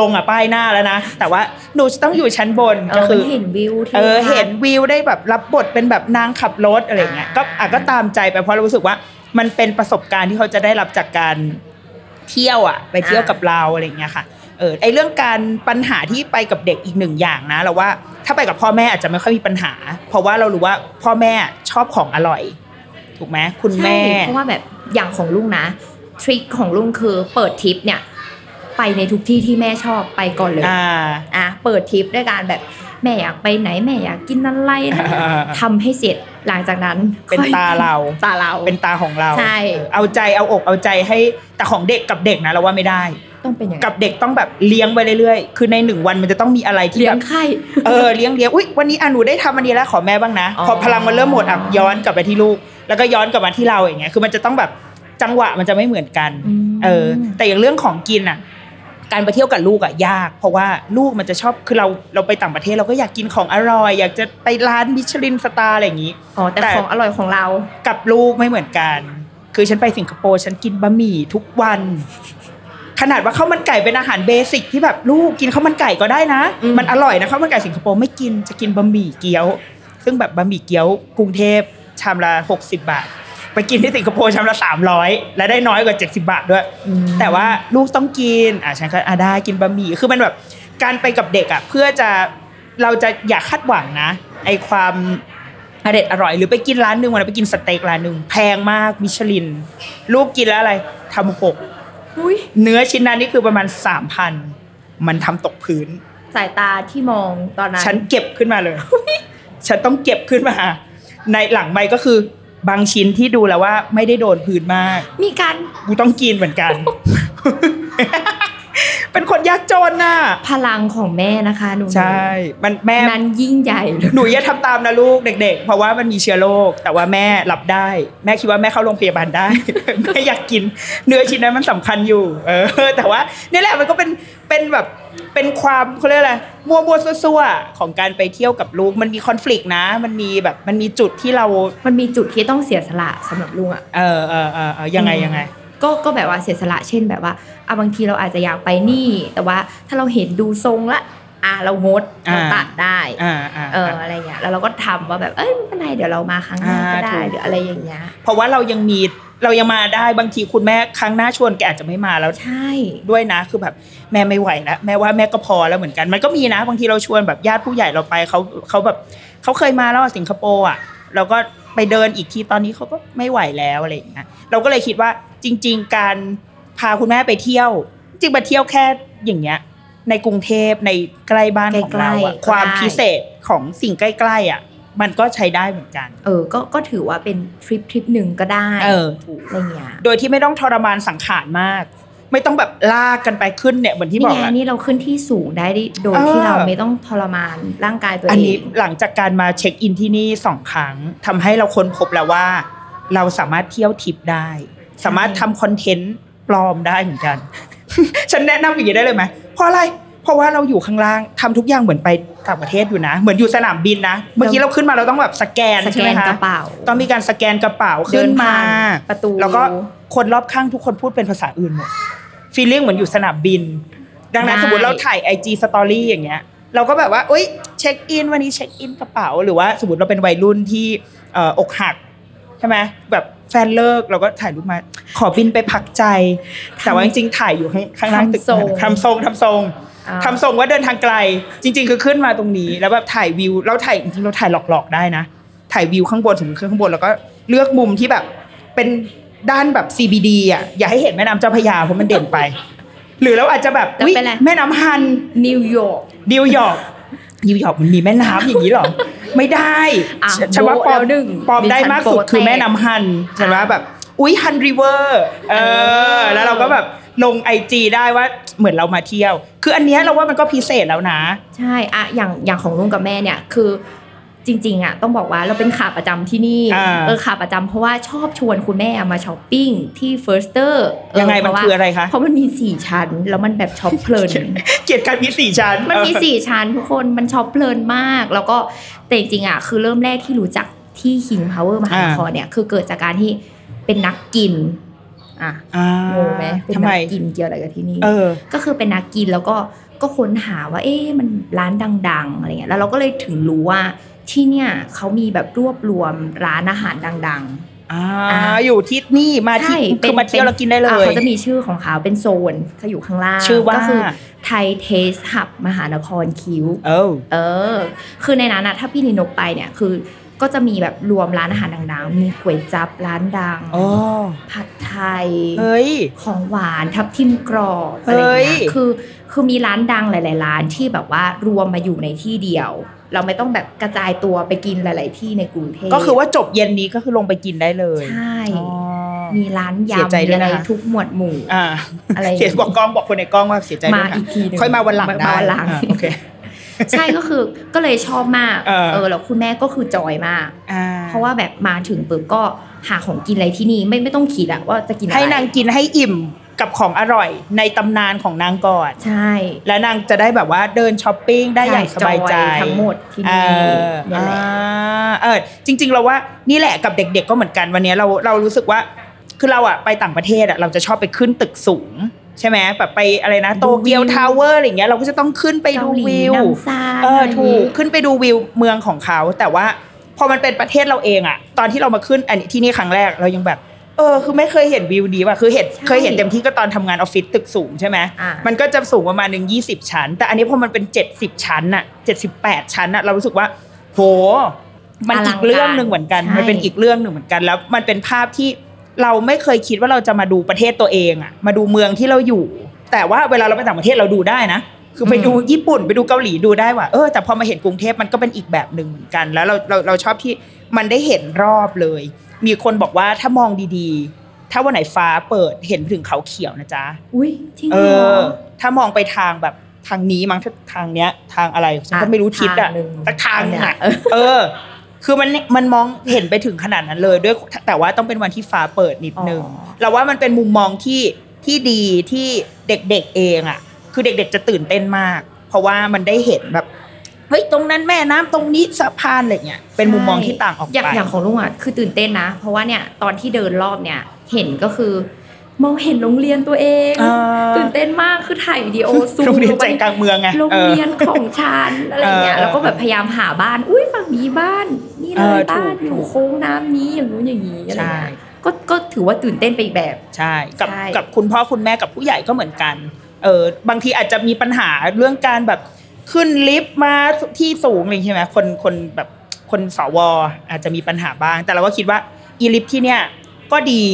A: ลงอ่ะป้ายหน้าแล้วนะแต่ว่าหนูจะต้องอยู่ชั้นบน
B: เอ
A: ก็
B: อ
A: คื
B: มัน
A: อ
B: เห็นวิวที่
A: เออเห็นวิวได้แบบรับบทเป็นแบบนางขับรถอะไรอย่างเงี้ย
B: อ่า
A: ก็อ่ะก็ตามใจไปเพราะเรารู้สึกว่ามันเป็นประสบการณ์ที่เขาจะได้รับจากการเที่ยวอ่ะ ไปเที่ยวกับเราอะไรอย่างเงี้ยค่ะเออไอเรื่องการปัญหาที่ไปกับเด็กอีกหนึ่งอย่างนะเราว่าถ้าไปกับพ่อแม่อาจจะไม่ค่อยมีปัญหา เพราะว่าเรารู้ว่าพ่อแม่ชอบของอร่อย ถูกไหมคุณ
B: ใช่
A: แม่
B: เพราะว่าแบบอย่างของลุงนะ ทริคของลุงคือเปิดทริปเนี่ย ไปในทุกที่ที่แม่ชอบไปก่อนเลย
A: อ่า
B: อ่ะเปิดทริปด้วยการแบบแม่อยากไปไหนแม่อยากกินอะไรนะ
A: อ่า
B: ทำให้เสร็จหลังจากนั้น
A: เป็น
B: ค่อย
A: ตาเรา
B: ตาเรา
A: เป็นตาของเรา
B: ใช่
A: เออเอาใจเอาอกเอาใจให้แต่ของเด็กกับเด็กนะเราว่าไม่ได้
B: ต้องเป็นอย่าง
A: กับเด็กต้องแบบเลี้ยงไปเรื่อยๆ คือในหนึ่งวันมันจะต้องมีอะไรที่
B: เลี้ย
A: แบ
B: ง
A: บ
B: ไข้
A: เออเลี้ยงเลี้ยงอุ้ยวันนี้อ่ะหนูได้ทำอันนี้แล้วขอแม่บ้างนะ
B: อ๋อ
A: พอพลังมันเริ่มหมดอ่ะย้อนกลับไปที่ลูก แล้วก็ย้อนกลับมาที่เราอย่างเงี้ย คือมันจะต้องแบบจังหวะมันจะไม่เหมือนกัน
B: ม
A: เออ แต่อย่างเรื่องของกินอ่ะ การไปเที่ยวกับลูกอ่ะยาก เพราะว่าลูกมันจะชอบ คือเราเราไปต่างประเทศเราก็อยากกินของอร่อย อยากจะไปร้านมิชลินสตาร์อะไรอย่างงี้
B: อ๋อแต่
A: แต่
B: ของอร่อยของเรา
A: กับลูกไม่เหมือนกัน คือฉันไปสิงคโปร์ฉันกินบะหมี่ทุกวัน ขนาดว่าข้าวมันไก่เป็นอาหารเบสิกที่แบบลูกกินข้าวมันไก่ก็ได้นะ
B: อืม
A: มันอร่อยนะข้าวมันไก่สิงคโปร์ไม่กินจะกินบะหมี่เกี๊ยว ซึ่งแบบบะหมี่เกี๊ยวกรุงเทพชามละ60 บาท ไปกินที่สิงคโปร์ชามละ300 และได้น้อยกว่า 70 บาทด้วย แต่ว่าลูกต้องกินอ่ะฉันก็อ่ะได้กินบะหมี่ คือมันแบบการไปกับเด็กอ่ะเพื่อจะเราจะอยากคาดหวังนะ ไอความอร่อยอร่อย หรือไปกินร้านหนึ่งวันนนไปกินสเต็กร้านหนึ่งแพงมากมิชลิน ลูกกินแล้วอะไรทำหก
B: อุ้ย
A: เนื้อชิ้นนั้นนี่คือประมาณสามพันมันทำตกพื้น
B: สายตาที่มองตอนนั้น
A: ฉันเก็บขึ้นมาเลย ฉันต้องเก็บขึ้นมา ในหลังไมค์ก็คือบางชิ้นที่ดูแล้วว่าไม่ได้โดนพื้นมาก
B: มีการ
A: กูต้องกินเหมือนกัน เป็นคนยากจนน่ะ
B: พลังของแม่นะคะหนู
A: ใช่ มันแม่
B: นั้นยิ่งใหญ่เลย
A: หนูอย่าทำตามนะลูกเด็ก ๆ เพราะว่ามันมีเชื้อโรคแต่ว่าแม่รับได้ แม่คิดว่าแม่เข้าโรงพยาบาลได้ แม่อยากกิน เนื้อชิ้นนั้นมันสำคัญอยู่ เออ แต่ว่านี่แหละมันก็เป็นเป็นแบบเป็นความเขาเรียกอะไรมัวมัวๆซั่วๆของการไปเที่ยวกับลูกมันมีคอน FLICT นะ มันมีแบบมันมีจุดที่เรา
B: มันมีจุดที่ต้องเสียสละสำหรับลุงอ่ะ
A: เออเออเออเออยังไงยังไง
B: ก็ก็แบบว่าเสียสละเช่นแบบว่าอ่ะบางทีเราอาจจะอยากไปนี่ แต่ว่าถ้าเราเห็นดูทรงละ อ่ะเรางดเรา
A: อ่า
B: ตัดได้
A: อ่าอ่า
B: เออ
A: อ่า
B: อะไรเงี้ยแล้วเราก็ทำว่าแบบเอ้ยไม่เป็นไรเดี๋ยวเรามาครั้งหน้าก็ได้
A: อ่าถูก
B: หรืออะไรอย่างเงี้ย
A: เพราะว่าเรายังมีเรายังมาได้บางทีคุณแม่ครั้งหน้าชวนแกอาจจะไม่มาแล้ว
B: ใช่
A: ด้วยนะคือแบบแม่ไม่ไหวแล้วแม่ว่าแม่ก็พอแล้วเหมือนกันมันก็มีนะ บางทีเราชวนแบบญาติผู้ใหญ่เราไปเขาเขาแบบเขาเคยมาแล้วอะสิงคโปร์อ่ะเราก็ไปเดินอีกทีตอนนี้เขาก็ไม่ไหวแล้วอะไรอย่างเงี้ยเราก็เลยคิดว่าจริง ๆ การพาคุณแม่ไปเที่ยว จริงไปเที่ยวแค่อย่างเงี้ย ในกรุงเทพในใกล้บ้านของเราอะความพิเศษของสิ่งใกล้ๆอ่ะมันก็ใช้ได้เหมือนกัน
B: เออก็ก็ถือว่าเป็นทริปทริปหนึ่งก็ได้
A: เออ
B: อะไรเงี้ย
A: โดยที่ไม่ต้องทรมานสังขารมาก ไม่ต้องแบบลากกันไปขึ้นเนี่ยเหมือนที่
B: นี่
A: บอก
B: ไง
A: อะ
B: นี่เราขึ้นที่สูงได้ดิโดย
A: เออ
B: ที่เราไม่ต้องทรมานร่างกายตัว
A: อัน
B: เอ
A: นี้
B: ง
A: หลังจากการมาเช็คอินที่นี่สองครั้งทำให้เราค้นพบแล้วว่า เราสามารถเที่ยวทิปได้ สามารถทำคอนเทนต์ปลอมได้เหมือนกัน ฉันแนะนำอย่างนี้ได้เลยไหมเพราะอะไร เพราะว่าเราอยู่ข้างล่างทำทุกอย่างเหมือนไปต่างประเทศอยู่นะ เหมือนอยู่สนามบินนะเมื่อกี้เราขึ้นมาเราต้องแบบสแกน
B: ส
A: ใช่
B: แก
A: ไหม
B: น
A: คะ
B: กระเป๋า
A: ต้องมีการสแกนกระเป๋าขึ้นมา
B: เดินผ่านประตู
A: แล้วก็คนรอบข้างทุกคนพูดเป็นภาษาอื่นหมดฟีลลิ่งเหมือนอยู่สนามบิน ดังนั้น
B: ได้
A: สมมติเราถ่าย IG Story อย่างเงี้ย เราก็แบบว่าเอ้ยเช็คอินวันนี้เช็คอินกระเป๋า หรือว่าสมมติเราเป็นวัยรุ่นที่เอ่ออกหักใช่ไหมแบบแฟนเลิกเราก็ถ่ายรูปมา ขอบินไปพักใจ แต่ว่าจริงๆถ่ายอยู่ข้างข้างล่างตึก
B: ทำทรง
A: ทำทรงทำทรง
B: อ่า
A: ทำทรงว่าเดินทางไกล จริง ๆ คือขึ้นมาตรงนี้ แล้วแบบถ่ายวิวเราถ่ายจริงๆเราถ่ายหลอกๆได้นะ ถ่ายวิวข้างบนสมมติขึ้นข้างบนแล้วก็เลือกมุมที่แบบเป็นด้านแบบ CBD อ่ะอย่าให้เห็นแม่น้ำเจ้าพระยาเพราะมันเด่นไป หรือเราอาจจะแบบ
B: แต่เป็นไร
A: อุ๊ยแม่น้ำฮัน
B: นิวยอร์ก
A: นิวยอร์กนิวยอร์กมันมีแม่น้ำอย่างนี้เหรอ ไม่ได้
B: อ่ะ
A: ฉันฉันว่าปลอม
B: โบ๊ะแล้วหนึ่ง
A: ปลอมได้
B: ดิฉัน
A: มากสุด
B: โบ๊ะ
A: คือ
B: แตก
A: แม่น้ำฮันฉันว่าแบบ อุ้ยฮันริเวอร์เอ
B: เอ
A: อ
B: อ
A: แล้วเราก็แบบลงไอจีได้ว่าเหมือนเรามาเที่ยว คืออันเนี้ยเราว่ามันก็พิเศษแล้วนะ
B: ใช่อะอย่าง อย่างของลุงกับแม่เนี่ย คือ จริง ๆอะต้องบอกว่าเราเป็นขาประจำที่นี่
A: อ่า
B: เออ ขาประจำเพราะว่าชอบชวนคุณแม่มาช้อปปิ้งที่ Firster เออ
A: ยังไงมัน
B: เพาว่า
A: คืออะไรคะ
B: เพราะมันมีสี่ชั้น แล้วมันแบบช็อปเพลิ น
A: เกลียรติการมีสี่ชั้น
B: มันมี
A: เออ
B: สี่ชั้นทุกคน มันช็อปเพลินมาก แล้วก็แต่จริงๆอ่ะคือเริ่มแรกที่รู้จักที่ King Power มหานครเนี่ย คือเกิดจากการที่เป็นนักกิน อ่ะ
A: อ่าง
B: งไหมเป็น
A: ทำ
B: นั
A: ไม
B: กกินเกี่ยวอะไรกับที่นี่
A: เออ
B: ก็คือเป็นนักกินแล้วก็ก็ค้นหาว่า เอ๊ะมันร้านดัง ๆอะไรเงี้ยแล้วเราก็เลยถึงรู้ว่าที่เนี่ยเขามีแบบรวบรวมร้านอาหารดัง
A: อ่า
B: อ่า
A: อยู่ที่นี่
B: ๆ
A: มาที่
B: ใช่ป็
A: คือมาเที่ยวแล้วกินได้เล
B: อ่ะ
A: ย
B: เขาจะมีชื่อของเขาเป็นโซนเขาอยู่ข้างล่าง
A: ชื่อว่า
B: ก็คือไทยเทสหับมหานครคิ้ว
A: เออ
B: เออ คือในนั้นนะถ้าพี่นินกไปเนี่ยคือก็จะมีแบบรวมร้านอาหารดังๆ มีก๋วยจับร้านดัง
A: อ๋อ
B: ผัดไทย
A: เฮ้ย
B: ของหวานทับทิมกรอบอะไรอย่าง
A: เฮ้
B: เงี้
A: ย
B: ยคือคือมีร้านดังหลาย ๆ ร้านที่แบบว่ารวมมาอยู่ในที่เดียว เราไม่ต้องแบบกระจายตัวไปกินหลาย ๆ ที่ในกรุงเทพ
A: ก็คือว่าจบเย็นนี้ก็คือลงไปกินได้เลย
B: ใช่
A: อ๋อ
B: มีร้าน
A: เสียใจ
B: ยำ
A: ด้
B: มี
A: วย
B: อะไร
A: นะคะ
B: ทุกหมวดหมู่
A: อ่า
B: อะไรอย่าง
A: เสี
B: เงี้
A: ย
B: ย
A: บอกกล้องบอกคนในกล้องว่าเสียใจด้วย
B: มา
A: นะ
B: อีกทีหนึ่ง
A: ค่อยมาวันหลังได้
B: มาวันหลัง
A: อ่าโอเค
B: ใช่ก็คือก็เลยชอบมาก
A: เออ
B: แล้วคุณแม่ก็คือจอยมาก
A: อ่
B: เพราะว่าแบบมาถึงปุ๊บก็หาของกินอะไรที่นี่ไม่ไม่ต้องคิดอะว่าจะกินอะไร
A: ให้นางกินให้อิ่มกับของอร่อยในตำนานของนางก่อน
B: ใช่
A: และนางจะได้แบบว่าเดินช้อปปิ้งได้อย่างสบายใจ
B: อทั้งหมดที่
A: เอ
B: นี่
A: อ
B: เนี่ยแห
A: อ
B: ละ
A: าเออจริง ๆ เราว่านี่แหละกับเด็ก ๆ ก็เหมือนกันวันนี้เราเรารู้สึกว่า คือเราอะไปต่างประเทศอะเราจะชอบไปขึ้นตึกสูง ใช่ไหมแบบไปอะไรนะโตเกียว
B: ดูวิว
A: ทาวเวอร์อะไรอย่างเงี้ยเราก็จะต้องขึ้นไปดู
B: เกาหลี
A: วิว
B: น้ำซาน
A: เออ
B: อะไร
A: ถู
B: นี้
A: กขึ้นไปดูวิวเมืองของเขา แต่ว่าพอมันเป็นประเทศเราเองอะตอนที่เรามาขึ้นอันนี้ที่นี่ครั้งแรกเรายังแบบ เออ คือไม่เคยเห็นวิวนี้ว่ะคือเห็น
B: ใช่
A: เคยเห็นเต็มที่ก็ตอนทำงานออฟฟิศตึกสูงใช่ไหม
B: อ่ามั
A: มันก็จะสูงประมาณหนึ่งยี่สิบชั้น แต่อันนี้พอมันเป็นเจ็ดสิบชั้นอะเจ็ดสิบแปดชั้นอะเรารู้สึกว่า โห มันอีกเรื่องหนึ่งเหมือนกัน
B: ใช่
A: มันเป็นอีกเรื่องหนึ่งเหมือนกัน แล้วมันเป็นภาพที่เราไม่เคยคิดว่าเราจะมาดูประเทศตัวเองอะมาดูเมืองที่เราอยู่ แต่ว่าเวลาเราไปต่างประเทศเราดูได้นะ คือไปดูญี่ปุ่นไปดูเกาหลีดูได้ว่าเออแต่พอมาเห็นกรุงเทพมันก็เป็นอีกแบบหนึ่งเหมือนกัน แล้วเราเราเราชอบที่มันได้เห็นรอบเลย มีคนบอกว่าถ้ามองดีๆ ถ้าวันไหนฟ้าเปิดเห็นถึงเขาเขียวนะจ๊ะ
B: อุ้ยจริงเห
A: เอ
B: ร
A: อ
B: อ
A: ถ้ามองไปทางแบบทางนี้มั้งถ้าทางเนี้ย ทางอะไรฉันก็
B: อ่ะ
A: ไม่รู้ทิศอ่ะ
B: ทางหนึ่ง
A: สักทางหนึ่งอ่ะ
B: เออ
A: เออ คือมันมันมองเห็นไปถึงขนาดนั้นเลยด้วยแต่ว่าต้องเป็นวันที่ฟ้าเปิดนิดนึง เราว่ามันเป็นมุมมองที่ที่ดีที่เด็กๆเองอ่ะ คือเด็กๆจะตื่นเต้นมาก เพราะว่ามันได้เห็นแบบเฮ้ยตรงนั้นแม่น้ำตรงนี้สะพานอะไรเงี้ยเป็นมุมมองที่ต่างออก
B: ย่าง
A: ไป
B: อย่างของลุงอ่ะคือตื่นเต้นนะ เพราะว่าเนี่ยตอนที่เดินรอบเนี่ยเห็นก็คือ มองเห็นโรงเรียนตัวเอง
A: อ่า
B: ตื่นเต้นมากคือถ่ายวิดีโอซูม
A: โรงเรียน
B: ลง
A: ใจ
B: ไป
A: กลางเมืองไง
B: โรง
A: ออ
B: เรียนของฉันอะไรเงี้ย
A: เออ
B: แล้วก็แบบพยายามหาบ้าน อุ้ยฝั่งนี้บ้าน นี่เล
A: เอย อ
B: บ้าน
A: ถูก
B: อยู่โค้งน้ำนี้อย่างงู้นอย่างนี้อะไร
A: ใช่
B: เงี้ยก็ก็ถือว่าตื่นเต้นไปอีกแบบ
A: ใช่กับ
B: ใช่
A: กับคุณพ่อคุณแม่กับผู้ใหญ่ก็เหมือนกันเออบางทีอาจจะมีปัญหาเรื่องการแบบขึ้นลิฟต์มาที่สูงอะไรอย่างเงี้ยใช่ไหมคนคนแบบคนสวอาจจะมีปัญหาบ้าง แต่เราก็คิดว่าอีลิฟต์ที่เนี่ยก็ดี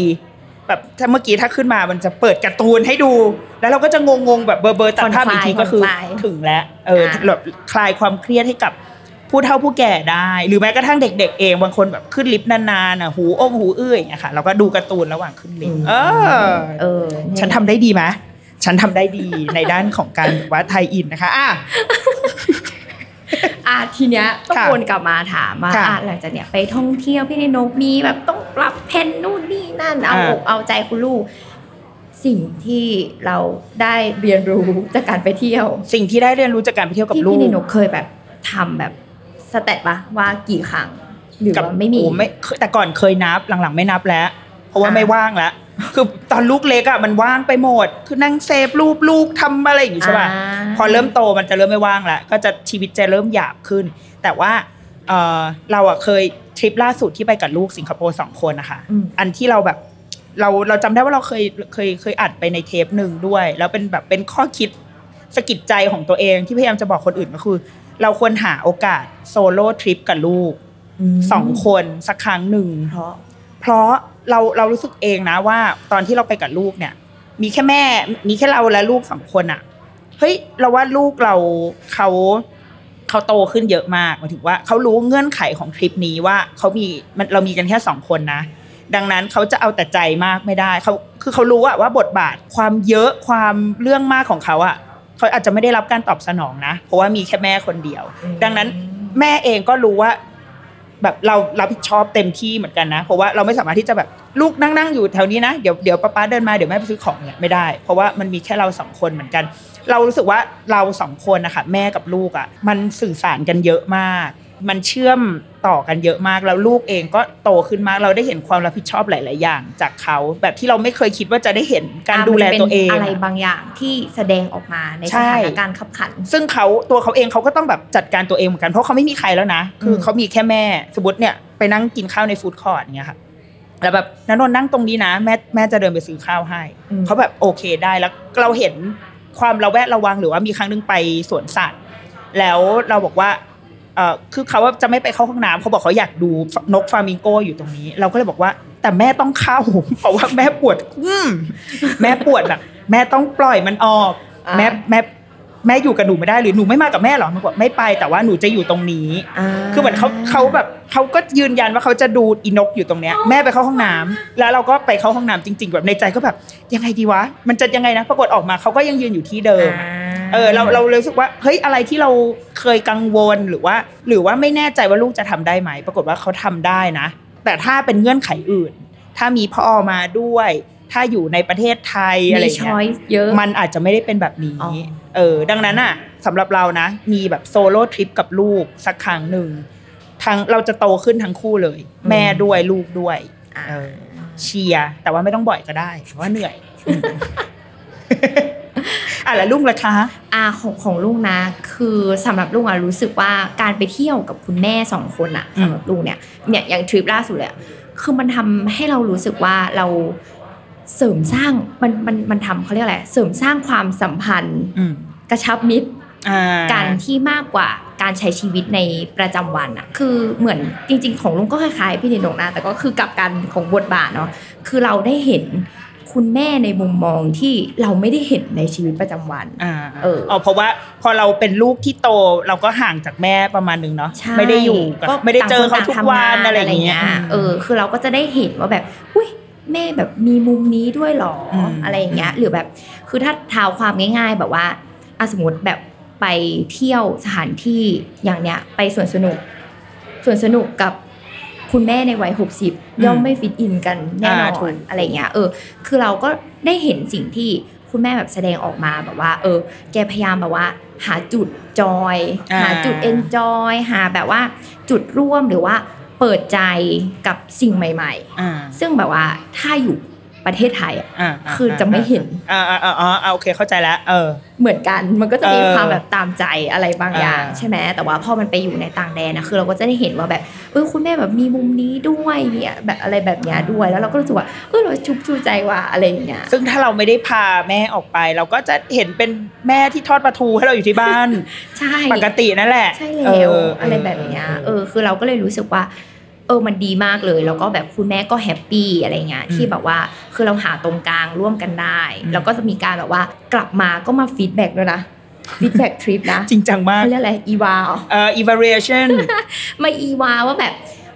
A: แบบถ้าเมื่อกี้ถ้าขึ้นมามันจะเปิดการ์ตูนให้ดู แล้วเราก็จะงงๆแบบเบอร์เบอร์ตัดภาพอีกทีก็คือ
B: ผ่อนคลาย
A: ถึงแล้วเออ
B: ค่ะ
A: แบบคลายความเครียดให้กับผู้เฒ่าผู้แก่ได้ หรือแม้กระทั่งเด็ก ๆ เองบางคนแบบขึ้นลิฟต์นานๆอ่ะหูอ้งหูอื้ออย่างเงี้ยค่ะเราก็ดูการ์ตูนระหว่างขึ้นลิฟต์เออ
B: เออ
A: ฉันทำได้ดีไหมฉันทำได้ ดี ในด้านของการแบบว่าไทยอินนะคะ อ่ะ
B: อ่ะทีเนี้ยต้อง
A: ค่ะ
B: วนกลับมาถามว่า
A: ค่ะ
B: อ่ะหลังจากเนี้ยไปท่องเที่ยวพี่ในนกมีแบบต้องปรับเพนนู่นนี่นั่นเอา
A: อ่า
B: อกเอาใจคุณลูก สิ่งที่เราได้เรียนรู้จากการไปเที่ยว
A: สิ่งที่ได้เรียนรู้จากการไปเที่ยวกับ
B: ที่
A: ลู
B: พี่
A: ก
B: นิโนเคยแบบทำแบบสเตตปะว่ากี่ครั้งหรือ
A: กับ
B: ว่าไม่มี
A: โอ้ไม่แต่ก่อนเคยนับหลังๆไม่นับแล้ว เพราะว่า
B: อ่า
A: ไม่ว่างแล้ว คือตอนลูกเล็กอะมันว่างไปหมด คือนั่งเซฟรูปลูกทำอะไรอย่างงี้ใช่ป่ะ
B: อ่า
A: พอเริ่มโตมันจะเริ่มไม่ว่างแล้วก็จะชีวิตจะเริ่มหยาบขึ้น แต่ว่าเอ่อเราอะเคยทริปล่าสุดที่ไปกับลูกสิงคโปร์สองคนนะคะ
B: อืม
A: อันที่เราแบบเราเราจำได้ว่าเราเคยเคยเคยอัดไปในเทปหนึ่งด้วย แล้วเป็นแบบเป็นข้อคิดสะกิดใจของตัวเองที่พยายามจะบอกคนอื่นก็คือ เราควรหาโอกาสโซโล่ทริปกับลูก
B: ม
A: สองคนสักครั้งหนึ่ง
B: เพราะ
A: เพราะเราเรารู้สึกเองนะว่าตอนที่เราไปกับลูกเนี่ย มีแค่แม่ มีแค่เราและลูกสองคนอะเฮ้ยเราว่าลูกเราเขาเขาโตขึ้นเยอะมากหมายถึงว่าเขารู้เงื่อนไขของทริปนี้ว่าเขามีมันเรามีกันแค่สองคนนะ ดังนั้นเขาจะเอาแต่ใจมากไม่ได้เขาคือเขารู้อะว่าบทบาทความเยอะความเรื่องมากของเขาอะเขาอาจจะไม่ได้รับการตอบสนองนะ เพราะว่ามีแค่แม่คนเดียว
B: อืม
A: ดังนั้นแม่เองก็รู้ว่า แบบเรารับผิดชอบเต็มที่เหมือนกันนะ เพราะว่าเราไม่สามารถที่จะแบบลูกนั่งนั่งอยู่แถวนี้นะเดี๋ยวเดี๋ยวป้าป้าเดินมาเดี๋ยวแม่ไปซื้อของเนี่ยไม่ได้ เพราะว่ามันมีแค่เราสองคนเหมือนกัน เรารู้สึกว่าเราสองคนนะคะแม่กับลูกอะ่ะ มันสื่อสารกันเยอะมาก มันเชื่อมต่อกันเยอะมากแล้วลูกเองก็โตขึ้นมากเราได้เห็นความรับผิดชอบหลาย ๆ อย่าง จากเขาแบบที่เราไม่เคยคิดว่าจะได้เห็นการ
B: อ่ะ
A: ดูแล
B: มันป็น
A: ตัวเอง
B: อะไรบางอย่างที่แสดงออกมาใน
A: ใช่
B: สถานการณ์ขับขัน
A: ซึ่งเขาตัวเขาเองเขาก็ต้องแบบจัดการตัวเองเหมือนกันเพราะเขาไม่มีใครแล้วนะ คือเขามีแค่แม่สมมติเนี่ยไปนั่งกินข้าวในฟู้ดคอร์ทอย่างเงี้ยค่ะแล้วแบบนันนนท์นั่งตรงนี้นะ แม่แม่จะเดินไปซื้อข้าวให้
B: อืม
A: เขาแบบโอเคได้แล้วเราเห็นความระแวดระวังหรือว่ามีครั้งหนึงไปสวนสัตว์ แล้วเราบอกว่าเออคือเขาว่าจะไม่ไปเข้าห้องน้ำเขาบอกเขาอยากดูนกฟามิงโกอยู่ตรงนี้ เราก็เลยบอกว่า แต่แม่ต้องเข้า เพราะว่าแม่ปวด อืมแม่ปวดแบบแม่ต้องปล่อยมันออก
B: อ่า
A: แม่แม่แม่อยู่กับหนูไม่ได้หรือหนูไม่มากับแม่หรอมันบอกไม่ไปแต่ว่าหนูจะอยู่ตรงนี้ คือเหมือนเขาเขาแบบเขาก็ยืนยันว่าเขาจะดูอีนกอยู่ตรงเนี้ยแม่ไปเข้าห้องน้ำแล้วเราก็ไปเข้าห้องน้ำจริง ๆ แบบในใจก็แบบยังไงดีวะ มันจะยังไงนะปรากฏออกมาเขาก็ยังยืนอยู่ที่เดิมอะ เออเราเรารู้สึกว่าเฮ้ยอะไรที่เราเคยกังวลหรือว่า หรือว่าไม่แน่ใจว่าลูกจะทำได้ไหม ปรากฏว่าเขาทำได้นะ แต่ถ้าเป็นเงื่อนไขอื่น ถ้ามีพ่อมาด้วย ถ้าอยู่ในประเทศไทยอะไรอ
B: มี
A: ย่าง
B: ช้
A: เงี้ย
B: อยส์เยอะ
A: มันอาจจะไม่ได้เป็นแบบนี้
B: อ๋อ
A: เออดังนั้นอ่ะสำหรับเรานะ มีแบบโซโล่ทริปกับลูกสักครั้งหนึ่งทั้งเราจะโตขึ้นทั้งคู่เลย แม่ด้วยลูกด้วย
B: อ่ะ
A: เออเชียร์แต่ว่าไม่ต้องบ่อยก็ได้เพราะว่าเหนื่อยอืม อ่ะแล้วลุงล่ะคะ
B: อ่าของของลุงนะ คือสำหรับลุงอ่ะรู้สึกว่าการไปเที่ยวกับคุณแม่สองคนอ่ะ
A: อืม
B: สำหรับลุงเนี่ยเนี่ยอย่างทริปล่าสุดเลยอะคือมันทำให้เรารู้สึกว่าเราเสริมสร้างมันมันมันทำเขาเรียกอะไรเสริมสร้างความสัมพันธ์
A: อืม
B: กระชับมิตร
A: อ่า
B: การที่มากกว่าการใช้ชีวิตในประจำวันอะคือเหมือนจริง ๆ ของลุงก็คล้ายๆพี่นิดหนกนะแต่ก็คือกลับกันของบทบาทเนาะคือเราได้เห็นคุณแม่ในมุมมองที่เราไม่ได้เห็นในชีวิตประจำวัน
A: อ่า
B: เออ
A: เพราะว่าพอเราเป็นลูกที่โตเราก็ห่างจากแม่ประมาณนึงเนาะ
B: ใช่
A: ไม่ได้อยู่กับ
B: ก็
A: ไม่ได้เจอเขาทุกวัน
B: ต่งค
A: อะไรอย่าง
B: ทำ
A: เงี้ย
B: เออคือเราก็จะได้เห็นว่าแบบอุ้ย แม่แบบมีมุมนี้ด้วยหรออ
A: ม
B: อะไรอย่างเงี้ย หรือแบบคือถ้าเท้าความง่ายๆ แบบว่าอะสมมติแบบไปเที่ยวสถานที่อย่างเนี้ย ไปสวนสนุกสวนสนุกกับคุณแม่ในวัยหกสิบย่อมไม่ฟิตอินกันแน่นอ
A: อ่าถู
B: น
A: ก
B: อะไรอย่างเงี้ยเออ คือเราก็ได้เห็นสิ่งที่คุณแม่แบบแสดงออกมาแบบว่า เออ แกพยายามแบบว่า หาจุดจอย
A: อ่า
B: หาจุดเอนจอยหาแบบว่าจุดร่วมหรือว่าเปิดใจกับสิ่งใหม่
A: อ่า
B: ๆ ซึ่งแบบว่าถ้าอยู่ประเทศไทยอะ
A: อ่า
B: คือจะไม่เห็น
A: อ่าอ่าอ่าอ่าอ่าโอเคเข้าใจแล้วเออ
B: เหมือนกัน มันก็จะมี
A: เออ
B: ความแบบตามใจอะไรบางอย่าง
A: อ่า
B: ใช่ไหมแต่ว่าพอมันไปอยู่ในต่างแดนนะคือเราก็จะได้เห็นว่าแบบเออคุณแม่แบบมีมุมนี้ด้วยมีแบบอะไรแบบเนี้ยด้วยแล้วเราก็รู้สึกว่าเออเราชุบชูใจว่ะอะไรอย่างเงี้ย
A: ซึ่งถ้าเราไม่ได้พาแม่ออกไป เราก็จะเห็นเป็นแม่ที่ทอดปลาทูให้เราอยู่ที่บ้าน
B: ใช่
A: ปกตินั่นแหละ
B: ใช่แล้ว
A: เ
B: อะไรแบบเนี้ยเออคือเราก็เลยรู้สึกว่า เออมันดีมากเลย แล้วก็แบบคุณแม่ก็แฮปปี้อะไรเงี้ย
A: อืม
B: ที่แบบว่าคือเราหาตรงกลางร่วมกันได้
A: อืม
B: แล้วก็จะมีการแบบว่ากลับมาก็มาฟีดแบ็กด้วยนะฟีดแบ็ กทริปนะ
A: จริงจังมาก
B: เขาเรียกอะไรอีวาเหรอ
A: เอ่อ evaluation
B: มาอีวาว่าแบบ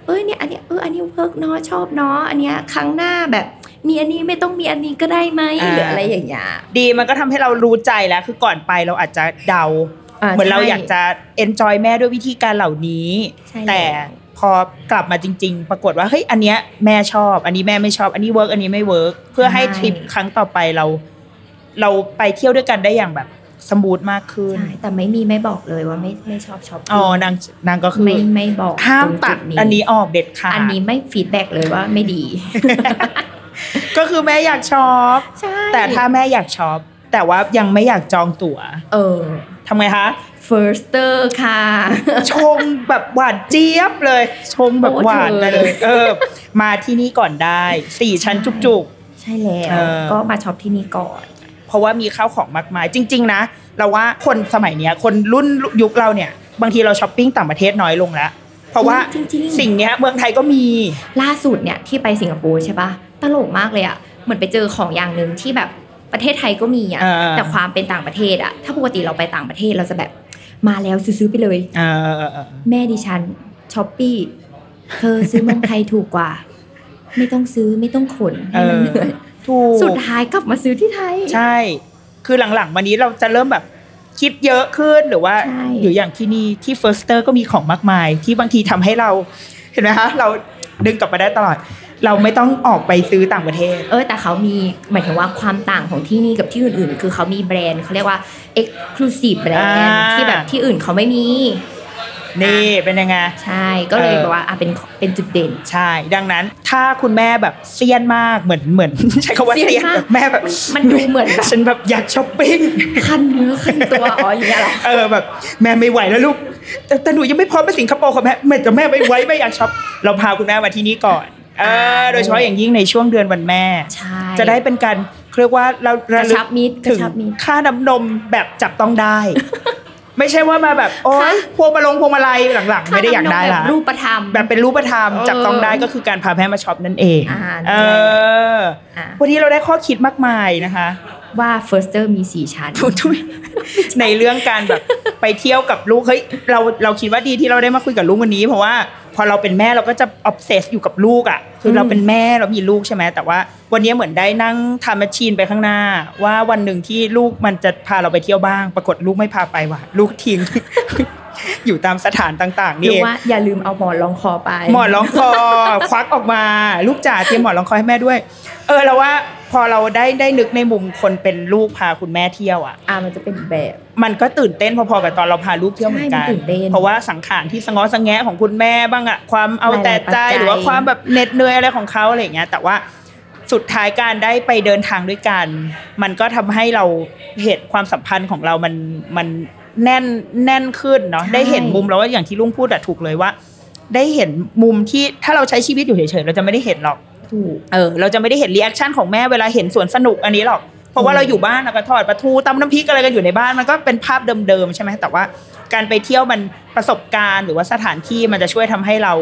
B: เอ้ยเนี่ยอันเนี้ยเอออันนี้เวิร์กเนาะชอบเนาะอันเนี้ยครั้งหน้าแบบ มีอันนี้ไม่ต้องมีอันนี้ก็ได้ไหม
A: อ่า
B: หรืออะไรอย่างเงี้ย
A: ดีมันก็ทำให้เรารู้ใจแล้ว คือก่อนไปเราอาจจะเดา เหมือนเราอยากจะ enjoy แม่ด้วยวิธีการเหล่านี้
B: ใช่
A: แต่
B: ล้ว
A: พอกลับมาจริง ๆ ปรากฏว่าเฮ้ยอันเนี้ยแม่ชอบ อันนี้แม่ไม่ชอบ อันนี้เวิร์กอันนี้ไม่เวิร์กเพื่อให้
B: ใช่
A: ทริปครั้งต่อไปเรา เราไปเที่ยวด้วยกันได้อย่างแบบสมูทมากขึ้น
B: ใช่แต่ไม่มีไม่บอกเลยว่าไม่ไม่ชอบช็อปปิ้ง
A: อ๋อนางนางก็คือ
B: ไม่ไม่บอก
A: ห้าม
B: ตรง
A: ตัด
B: จุ
A: อันนี้ออกเด็ดขาด
B: อันนี้ไม่ฟีดแบ็กเลยว่าไม่ดี
A: ก็คือแม่อยากชอป
B: ใช่
A: แต่ถ้าแม่อยากชอปแต่ว่ายังไม่อยากจองตั๋ว
B: เออ
A: ทำไงคะ
B: firster ค่ะ
A: ชงแบบหวานเจี๊ยบเลย ชงแบบหวานไปเลย เออ มาที่นี่ก่อนได้สี่ชั้น
B: ใช่
A: จุก
B: ใช่แล้ว
A: เออ
B: ก็มาช็อปที่นี่ก่อน
A: ๆ เพราะว่ามีข้าวของมากมาย จริง ๆ นะ เราว่าคนสมัยเนี้ย คนรุ่นยุคเราเนี่ย บางทีเราช้อปปิ้งต่างประเทศน้อยลงแล้ว เพราะว่า
B: จริงๆ
A: สิ่งเนี้ยเมืองไทยก็มี
B: ล่าสุดเนี่ยที่ไปสิงคโปร์ใช่ปะตลกมากเลยอ่ะเหมือนไปเจอของอย่างหนึ่งที่แบบประเทศไทยก็มีอ่ะ
A: เออ
B: แต่ความเป็นต่างประเทศอ่ะถ้าปกติเราไปต่างประเทศเราจะแบบมาแล้วซื้อๆไปเลย
A: เออเออเออ
B: แม่ดิฉันช้อปปี้เธอซื้อเมืองไทยถูกกว่า ไม่ต้องซื้อไม่ต้องขนให้มันเหนื่อย
A: ถูก
B: สุดท้ายกลับมาซื้อที่ไทย
A: ใช่ คือหลังๆวันนี้เราจะเริ่มแบบคิดเยอะขึ้นหรือว่า
B: ใช่
A: หรืออย่างที่นี่ที่ Firster ก็มีของมากมาย ที่บางทีทำให้เราเห็นไหมคะเราดึงกลับมาได้ตลอด เราไม่ต้องออกไปซื้อต่างประเทศ
B: เออแต่เขามีหมายถึงว่าความต่างของที่นี่กับที่อื่นๆ คือเขามีแบรนด์เขาเรียกว่า exclusive แบรนด์
A: อ่า
B: ที่แบบที่อื่นเขาไม่มี
A: นี่เป็นยังไง
B: ใช่ก็เลย
A: เออ
B: แบบว่าอ่ะเป็นเป็นจุดเด่น
A: ใช่ ดังนั้นถ้าคุณแม่แบบเซียนมากเหมือนเหมือน ใช้คำว่า
B: เซี
A: เซีย
B: ย
A: น
B: นมาก
A: แบบแม่แบบ
B: มันดูเหมือนแบบ
A: ฉันแบบอยากช้อปปิ้ง
B: ขั้นเนื้อขั้นตัวอ๋ออย่างเงี้ยเหรอ
A: เออแบบแม่ไม่ไหวแล้วลูกแต่แต่หนูยังไม่พร้อมไปสิงคโปร์ค่ะแม่แม่แต่แม่ไม่ไหวไม่อยากช้อปเราพาคุณแม่มาที่นี่ก่อนเออโดยเฉพาะอย่างยิ่งในช่วงเดือนวันแม่
B: ใช่
A: จะได้เป็นการเรียกว่าเรา
B: ก
A: ระ
B: ระ
A: ลึ
B: ชั
A: ก
B: บมิตร
A: ถึง
B: กระชับมิตร
A: ค่าน้ำนมแบบจับต้องได้ ไม่ใช่ว่ามาแบบโอ๊ย
B: ค่ะ
A: พวงมาลงพวงมาลัยหลังๆ ไม่ได้อยากได้
B: ค่น้ำนม
A: ละ
B: แบบรูปธรรม
A: แบบเป็นรูปธรรม
B: เออ
A: จับต้องได้ก็คือการพาแพทย์มาช็อปนั่นเอง
B: อ่า
A: เออ
B: อ่า
A: วันนี้เราได้ข้อคิดมากมายนะคะ
B: ว่า firster มีสี่ชั้น
A: ทุยในเรื่องการแบบไปเที่ยวกับลูกเฮ้ยเราเราคิดว่าดีที่เราได้มาคุยกับลูกวันนี้ เพราะว่าพอเราเป็นแม่เราก็จะออ s เซสอยู่กับลูกอ่ะคือเราเป็นแม่เรามีลูกใช่ไหมแต่ว่า วันนี้เหมือนได้นั่งทำแมชชีนไปข้างหน้า ว่าวันหนึ่งที่ลูกมันจะพาเราไปเที่ยวบ้าง ปรากฏลูกไม่พาไปว่ะ ลูกทิ้ง อยู่ตามสถานต่างๆ
B: ห
A: นี่
B: รื
A: เอง
B: ว่าอย่าลืมเอาหมอนรองคอไป
A: หมอนร้องคอ ควักออกมา ลูกจ๋าเตรียมหมอนร้องคอให้แม่ด้วย เออเราว่าพอเราได้ได้นึกในมุมคนเป็นลูกพาคุณแม่เที่ยวอ่ะ
B: อ่ะมันจะเป็นอีกแบบ
A: มันก็ตื่นเต้นพอๆกับตอนเราพาลูกเที่ยวเหมือนกั
B: ใช่มันตื่นเต้น
A: เพราะว่าสังขารที่สะงอสะแงะของคุณแม่บ้างอะความเอา
B: หลายๆ
A: แต่ใจ
B: ปัจจัย
A: หรือว่าความแบบเหน็ดเหนื่อยอะไรของเขาอะไรอย่างเงี้ย แต่ว่าสุดท้ายการได้ไปเดินทางด้วยกัน มันก็ทำให้เราเห็นความสัมพันธ์ของเรามันมันแน่นแน่นขึ้นเนาะได้เห็นมุมแล้วว่าอย่างที่ลุงพูดอะถูกเลยว่า ได้เห็นมุมที่ถ้าเราใช้ชีวิตอยู่เฉยๆเราจะไม่ได้เห็นหรอก
B: ถูก
A: เออเราจะไม่ได้เห็นรีแอคชั่นของแม่เวลาเห็นสวนสนุกอันนี้หรอก เพราะว่าเราอยู่บ้านเราก็ทอดปลาทูตำน้ำพริกอะไรกันอยู่ในบ้านมันก็เป็นภาพเดิมๆใช่ไหมแต่ว่าการไปเที่ยวมันประสบการณ์หรือว่าสถานที่มันจะช่วยทำให้เรา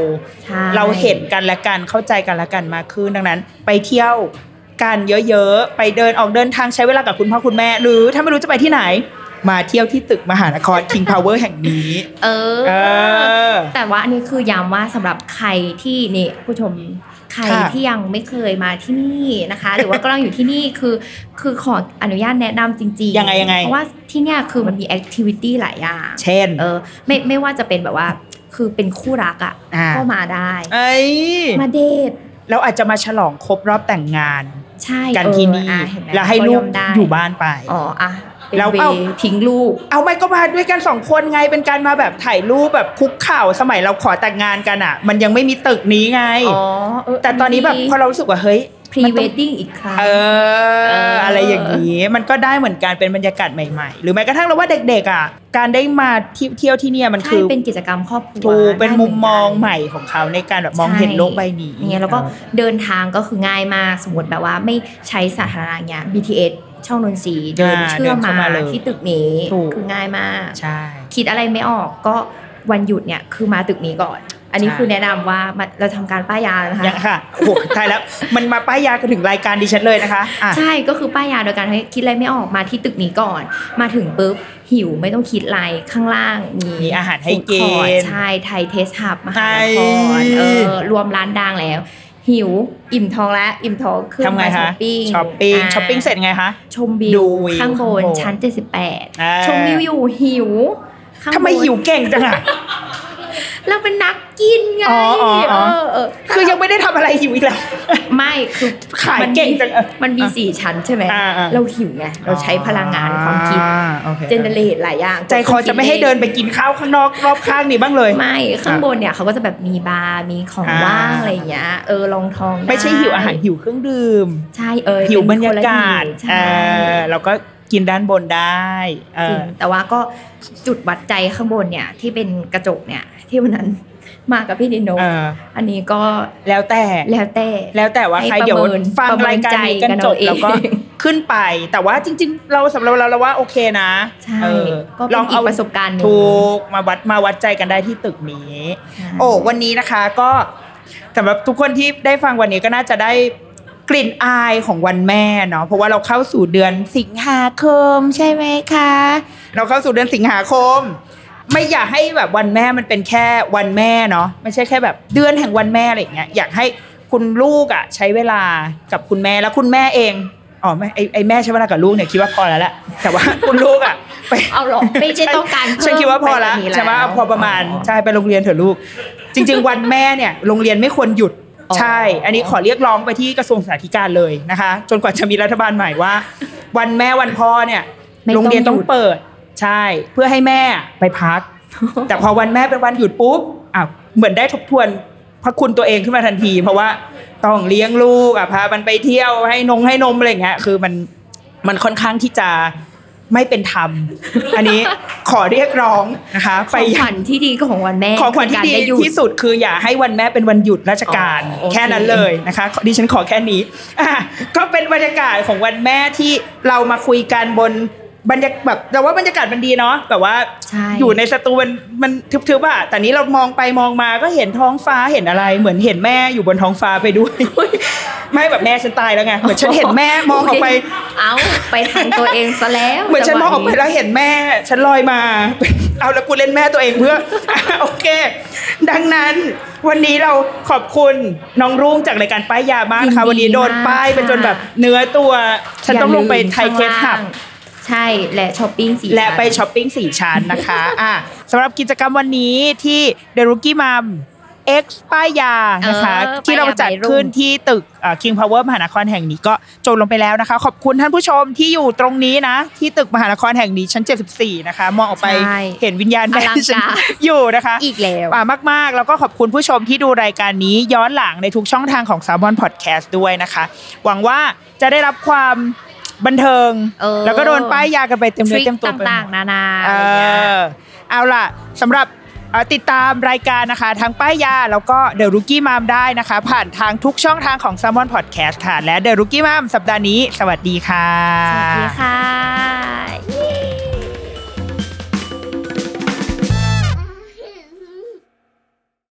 B: ใช่
A: เราเห็นกันและกันเข้าใจกันและกันมากขึ้นดังนั้น ไปเที่ยวกันเยอะๆไปเดินออกเดินทางใช้เวลากับคุณพ่อคุณแม่ หรือถ้าไม่รู้จะไปที่ไหน มาเที่ยวที่ตึกมหานคร King Power แห่งนี้
B: เออ
A: เออ
B: แต่ แต่ว่าอันนี้คือย้ำว่าสำหรับใครที่นี่ผู้ชมใคร
A: ค่ะ
B: ที่ยังไม่เคยมาที่นี่นะคะ หรือว่ากำลังอยู่ที่นี่คือคือขออนุญาตแนะนำจริงๆ
A: ยังไงยังไง
B: เพราะว่าที่เนี่ยคือมันมีแอคทิวิตี้หลายอย่าง
A: เช่น
B: เออไม่ไม่ว่าจะเป็นแบบว่าคือเป็นคู่รักอ่ะ
A: อ่า
B: ก็มาได้
A: เอ้ย
B: มาเดท
A: เราอาจจะมาฉลองครบรอบแต่งงาน
B: ใช่
A: กันที่นี่
B: เอออ่ะเนไม
A: แล้วให้ลูก
B: ยมได้
A: อยู่บ้านไป
B: อ๋ออ่ะเป็น
A: แล้ว
B: เว
A: เอา
B: ย์ทิ้งลูก
A: เอาไม่ก็มาด้วยกันสองคนไงเป็นการมาแบบถ่ายรูปแบบคุกเข่าสมัยเราขอแต่งงานกันอ่ะ มันยังไม่มีตึกนี้ไง
B: อ๋อเ
A: แต่ตอนนี้แบบพอเรารู้สึกว่าเฮ้ย
B: พรี
A: มัน
B: เว
A: ต้อง
B: ดดิ้งอีกครั้ง
A: เออ
B: เอออ
A: อะไรอย่างนี้มันก็ได้เหมือนกันเป็นบรรยากาศใหม่ๆ หรือแม้กระทั่งเราว่าเด็กๆอ่ะ การได้มาที่เที่ยวที่เนี่ยมัน
B: ใช่
A: คือ
B: เป็นกิจกรรมครอบครัว
A: ถูกเป็น
B: ได้ห
A: มุม
B: กั
A: มองใหม่ของเขาในการแบบมองเห็นโลกใบนี้
B: เนี่ยแล้วก็เดินทางก็คือง่ายมาก สมมติแบบว่าไม่ใช้สาธารณะเนี่ย BTS ช่องนนทรีย์เดินเชื่อมมาที่ตึกนี้คือง่ายมาก
A: ใช่
B: คิดอะไรไม่ออกก็วันหยุดเนี่ยคือมาตึกนี้ก่อน อันนี้
A: ใช่
B: คือแนะนำว่ามาเราทำการป้ายยานะคะ
A: ยังค่ะโอ้โหตายแล้วมันมาป้ายยากันถึงรายการดิฉันเลยนะคะอ่ะ
B: ใช่ก็คือป้ายยาโดยการให้คิดอะไรไม่ออกมาที่ตึกนี้ก่อน มาถึงปุ๊บหิวไม่ต้องคิดอะไรข้างล่างมี
A: มีอาหารให้
B: ฟู้ดคอร์ท
A: กิน
B: ใช่ไทยเทสฮับมหา
A: ไท
B: น
A: ย
B: ครเออรวมร้านดังแล้ว หิวอิ่มท้องแล้วอิ่มท้องขึ้น
A: ทำไง
B: มาช้
A: คะ
B: อปปิ้ง
A: ช้อปปิ้ง
B: า
A: ช้อปปิ้งเสร็จไงคะ
B: ชมวิ
A: ดู
B: ว
A: วิว
B: ข้างบน
A: ข้างบน
B: ชั้น
A: อ่า
B: 78 ชมวิวอยู่หิวข้างบน
A: ทำไมหิวเก่งจังอ่ะ
B: เราเป็นนักกินไง
A: อ๋ออ๋ออ๋อ
B: เออเออ
A: คือยังไม่ได้ทำอะไรหิวอีกแล้ว
B: ไม่คือ
A: ขาย
B: มันมี
A: เก่งจังเออ
B: มันมีสี่ชั้นใช่ไหม
A: อ่าอ่า
B: เราหิวไงเราใช้พลังงานความคิด
A: อ่าโอค
B: เจเนเรตหลายอย่าง
A: ใจคอจะไม่ให้เดินไปกินข้าวข้างนอกรอบข้างนี่บ้างเลย
B: ไม่ข้างบนเนี่ยเขาก็จะแบบมีบาร์มีของ
A: อ่า
B: ว่างอะไรอย่างเงี้ยเออลองทองด้
A: ไม่ใช่หิวอาหารหิวเครื่องดื่ม
B: ใช่เออ
A: หิวบรร
B: เป็น
A: ยา
B: คนละ
A: กาศเอ
B: หิวใช่
A: อเราก็กินด้านบนได้เอ
B: จริ
A: อง
B: แต่ว่าก็จุดวัดใจข้างบนเนี่ยที่เป็นกระจกเนี่ยที่วันนั้น มากับพี่ดินโน
A: เออ
B: อันนี้ก็
A: แล้วแต่
B: แล้วแต่
A: แล้วแต่ว่า
B: ให้
A: ใคร
B: ประ
A: เดี๋ยว
B: เมิน
A: ฟัง
B: ประเมิน
A: รายการนี้กัน
B: ใจกัน
A: จบ
B: เอาเอง
A: แล้วก็ขึ้นไป แต่ว่าจริง ๆ เราสำหรับเราเราว่าโอเคนะ
B: ใช่
A: เออ
B: ก็เป็นอีกประสบการณ์หนึ่ง
A: ถูกมาวัดมาวัดใจกันได้ที่ตึกนี้ โอ้วันนี้นะคะก็สำหรับทุกคนที่ได้ฟังวันนี้ก็น่าจะได้กลิ่นอายของวันแม่เนาะเพราะว่าเราเข้าสู่เดือนสิงหาคมใช่ไหมคะ เราเข้าสู่เดือนสิงหาคม ไม่อยากให้แบบวันแม่มันเป็นแค่วันแม่เนาะไม่ใช่แค่แบบเดือนแห่งวันแม่อะไรอย่างเงี้ยอยากให้คุณลูกอะ่ะใช้เวลากับคุณแม่แล้วคุณแม่เองอ๋อไม่ไอไอแม่ใช้เวลากับลูกเนี่ยคิดว่าพอแล้วแหละแต่ว่าคุณลูกอ่ะไป
B: เอาหรอไม่ได้ต้องการเพิ่ม
A: ฉันคิดว่าพอละ
B: ไปกนี้
A: ใช่ว่า
B: แล้
A: พอประมาณใช่ไปโรงเรียนเถอะลูก จริง ๆ วันแม่เนี่ย โรงเรียนไม่ควรหยุด
B: อ๋อ
A: ใช่ อันนี้ขอเรียกร้องไปที่กระทรวงสาธการเลยนะคะ จนกว่าจะมีรัฐบาลใหม่ว่า วันแม่วันพ่อเนี่ย
B: ไม่
A: โรงเรียนต้อง
B: หด
A: เปิดใช่ เพื่อให้แม่ไป พัก แต่พอวันแม่เป็นวันหยุดปุ๊บอ้าวเหมือนได้ทบทวนพระคุณตัวเองขึ้นมาทันที เพราะว่าต้องเลี้ยงลูกอ่ะพามันไปเที่ยวให้นงให้นมอะไรอย่างเงี้ยคือมันมันค่อนข้างที่จะไม่เป็น ธรรม อันนี้ขอเรียกร้องนะคะ
B: ข
A: ไป
B: อง
A: ยั
B: ข
A: ง
B: วัญที่ดีของวันแม่
A: ของขวัญที่
B: การ
A: ดี
B: ไหยุ
A: ที่สุดคืออย่าให้วันแม่เป็นวันหยุดราชการ
B: อ๋อโอเค
A: แค่นั้นเลยนะคะดิฉันขอแค่นี้อ่ะก็เป็นบรรยากาศของวันแม่ที่เรามาคุยกันบนบรรยากแบบแต่ว่าบรรยากาศมันดีเนาะแบบว่า
B: ใช่
A: อยู่ในสตูมันมันทึบๆอ่ะแต่นี้เรามองไปมองมาก็เห็นท้องฟ้าเห็นอะไร เหมือนเห็นแม่อยู่บนท้องฟ้าไปด้วย ไม่แบบแม่ฉันตายแล้วไงเหมือนฉันเห็นแม่มองออกไป
B: โเคเอาไปทางตัวเองซะแล้ว
A: เหมือนฉันมองออกไป
B: จัหะ
A: แล้วเห็นแม่ ฉันลอยมา เอาแล้วกูเล่นแม่ตัวเองเพื่ อ โอเค ดังนั้นวันนี้เราขอบคุณน้องรุ่งจากรายการป้ายยามากนะค่ะ
B: ยิน
A: วัน
B: ดี
A: นี้โดน
B: มาก
A: ป้ายไป
B: ค่ะ
A: จนแบบเนื้อตัว ฉันต้องลงไปไทยเคสหับ
B: ใช่และช้อปปิ้งสี
A: และไป
B: ชั้น
A: ช้อปปิ้งสี่ชั้นนะคะ อ่ะสำหรับกิจกรรมวันนี้ที่ The Rookie Mom X ป้ายยานะคะ
B: เออ
A: ที่เราจัด
B: ป้ายยาวัยรุ่
A: ขึ้น
B: น
A: ที่ตึกเอ่อ King Power มหานครแห่งนี้ก็จบลงไปแล้วนะคะ ขอบคุณท่านผู้ชมที่อยู่ตรงนี้นะ ที่ตึกมหานครแห่งนี้ชั้น 74 นะคะ มองออกไป
B: ใช่
A: เห็นวิญญาณแม่
B: อลังการ
A: ที่ฉันอยู่นะคะ
B: อีกแล้ว
A: อ่ามาก ๆ แล้วก็ขอบคุณผู้ชมที่ดูรายการนี้ย้อนหลังในทุกช่องทางของ s ซ l m o n Podcast ด้วยนะคะ หวังว่าจะได้รับความบันเทิง
B: เออ
A: แล้วก็โดนป้ายยากันไปเต็ม
B: ท
A: เนื้อ
B: ริค
A: เต็มตัวไปหมด
B: ต่างๆ นานา
A: เอ
B: อะไรเงี้ย
A: อเอาล่ะสำหรับเอ่อติดตามรายการนะคะทางป้ายยา แล้วก็ The Rookie Mom ได้นะคะ ผ่านทางทุกช่องทางของ s ซ l m o n Podcast ค่ะ และ The Rookie Mom สัปดาห์นี้ สวัสดีค่ะ
B: สวัสดีค่ะ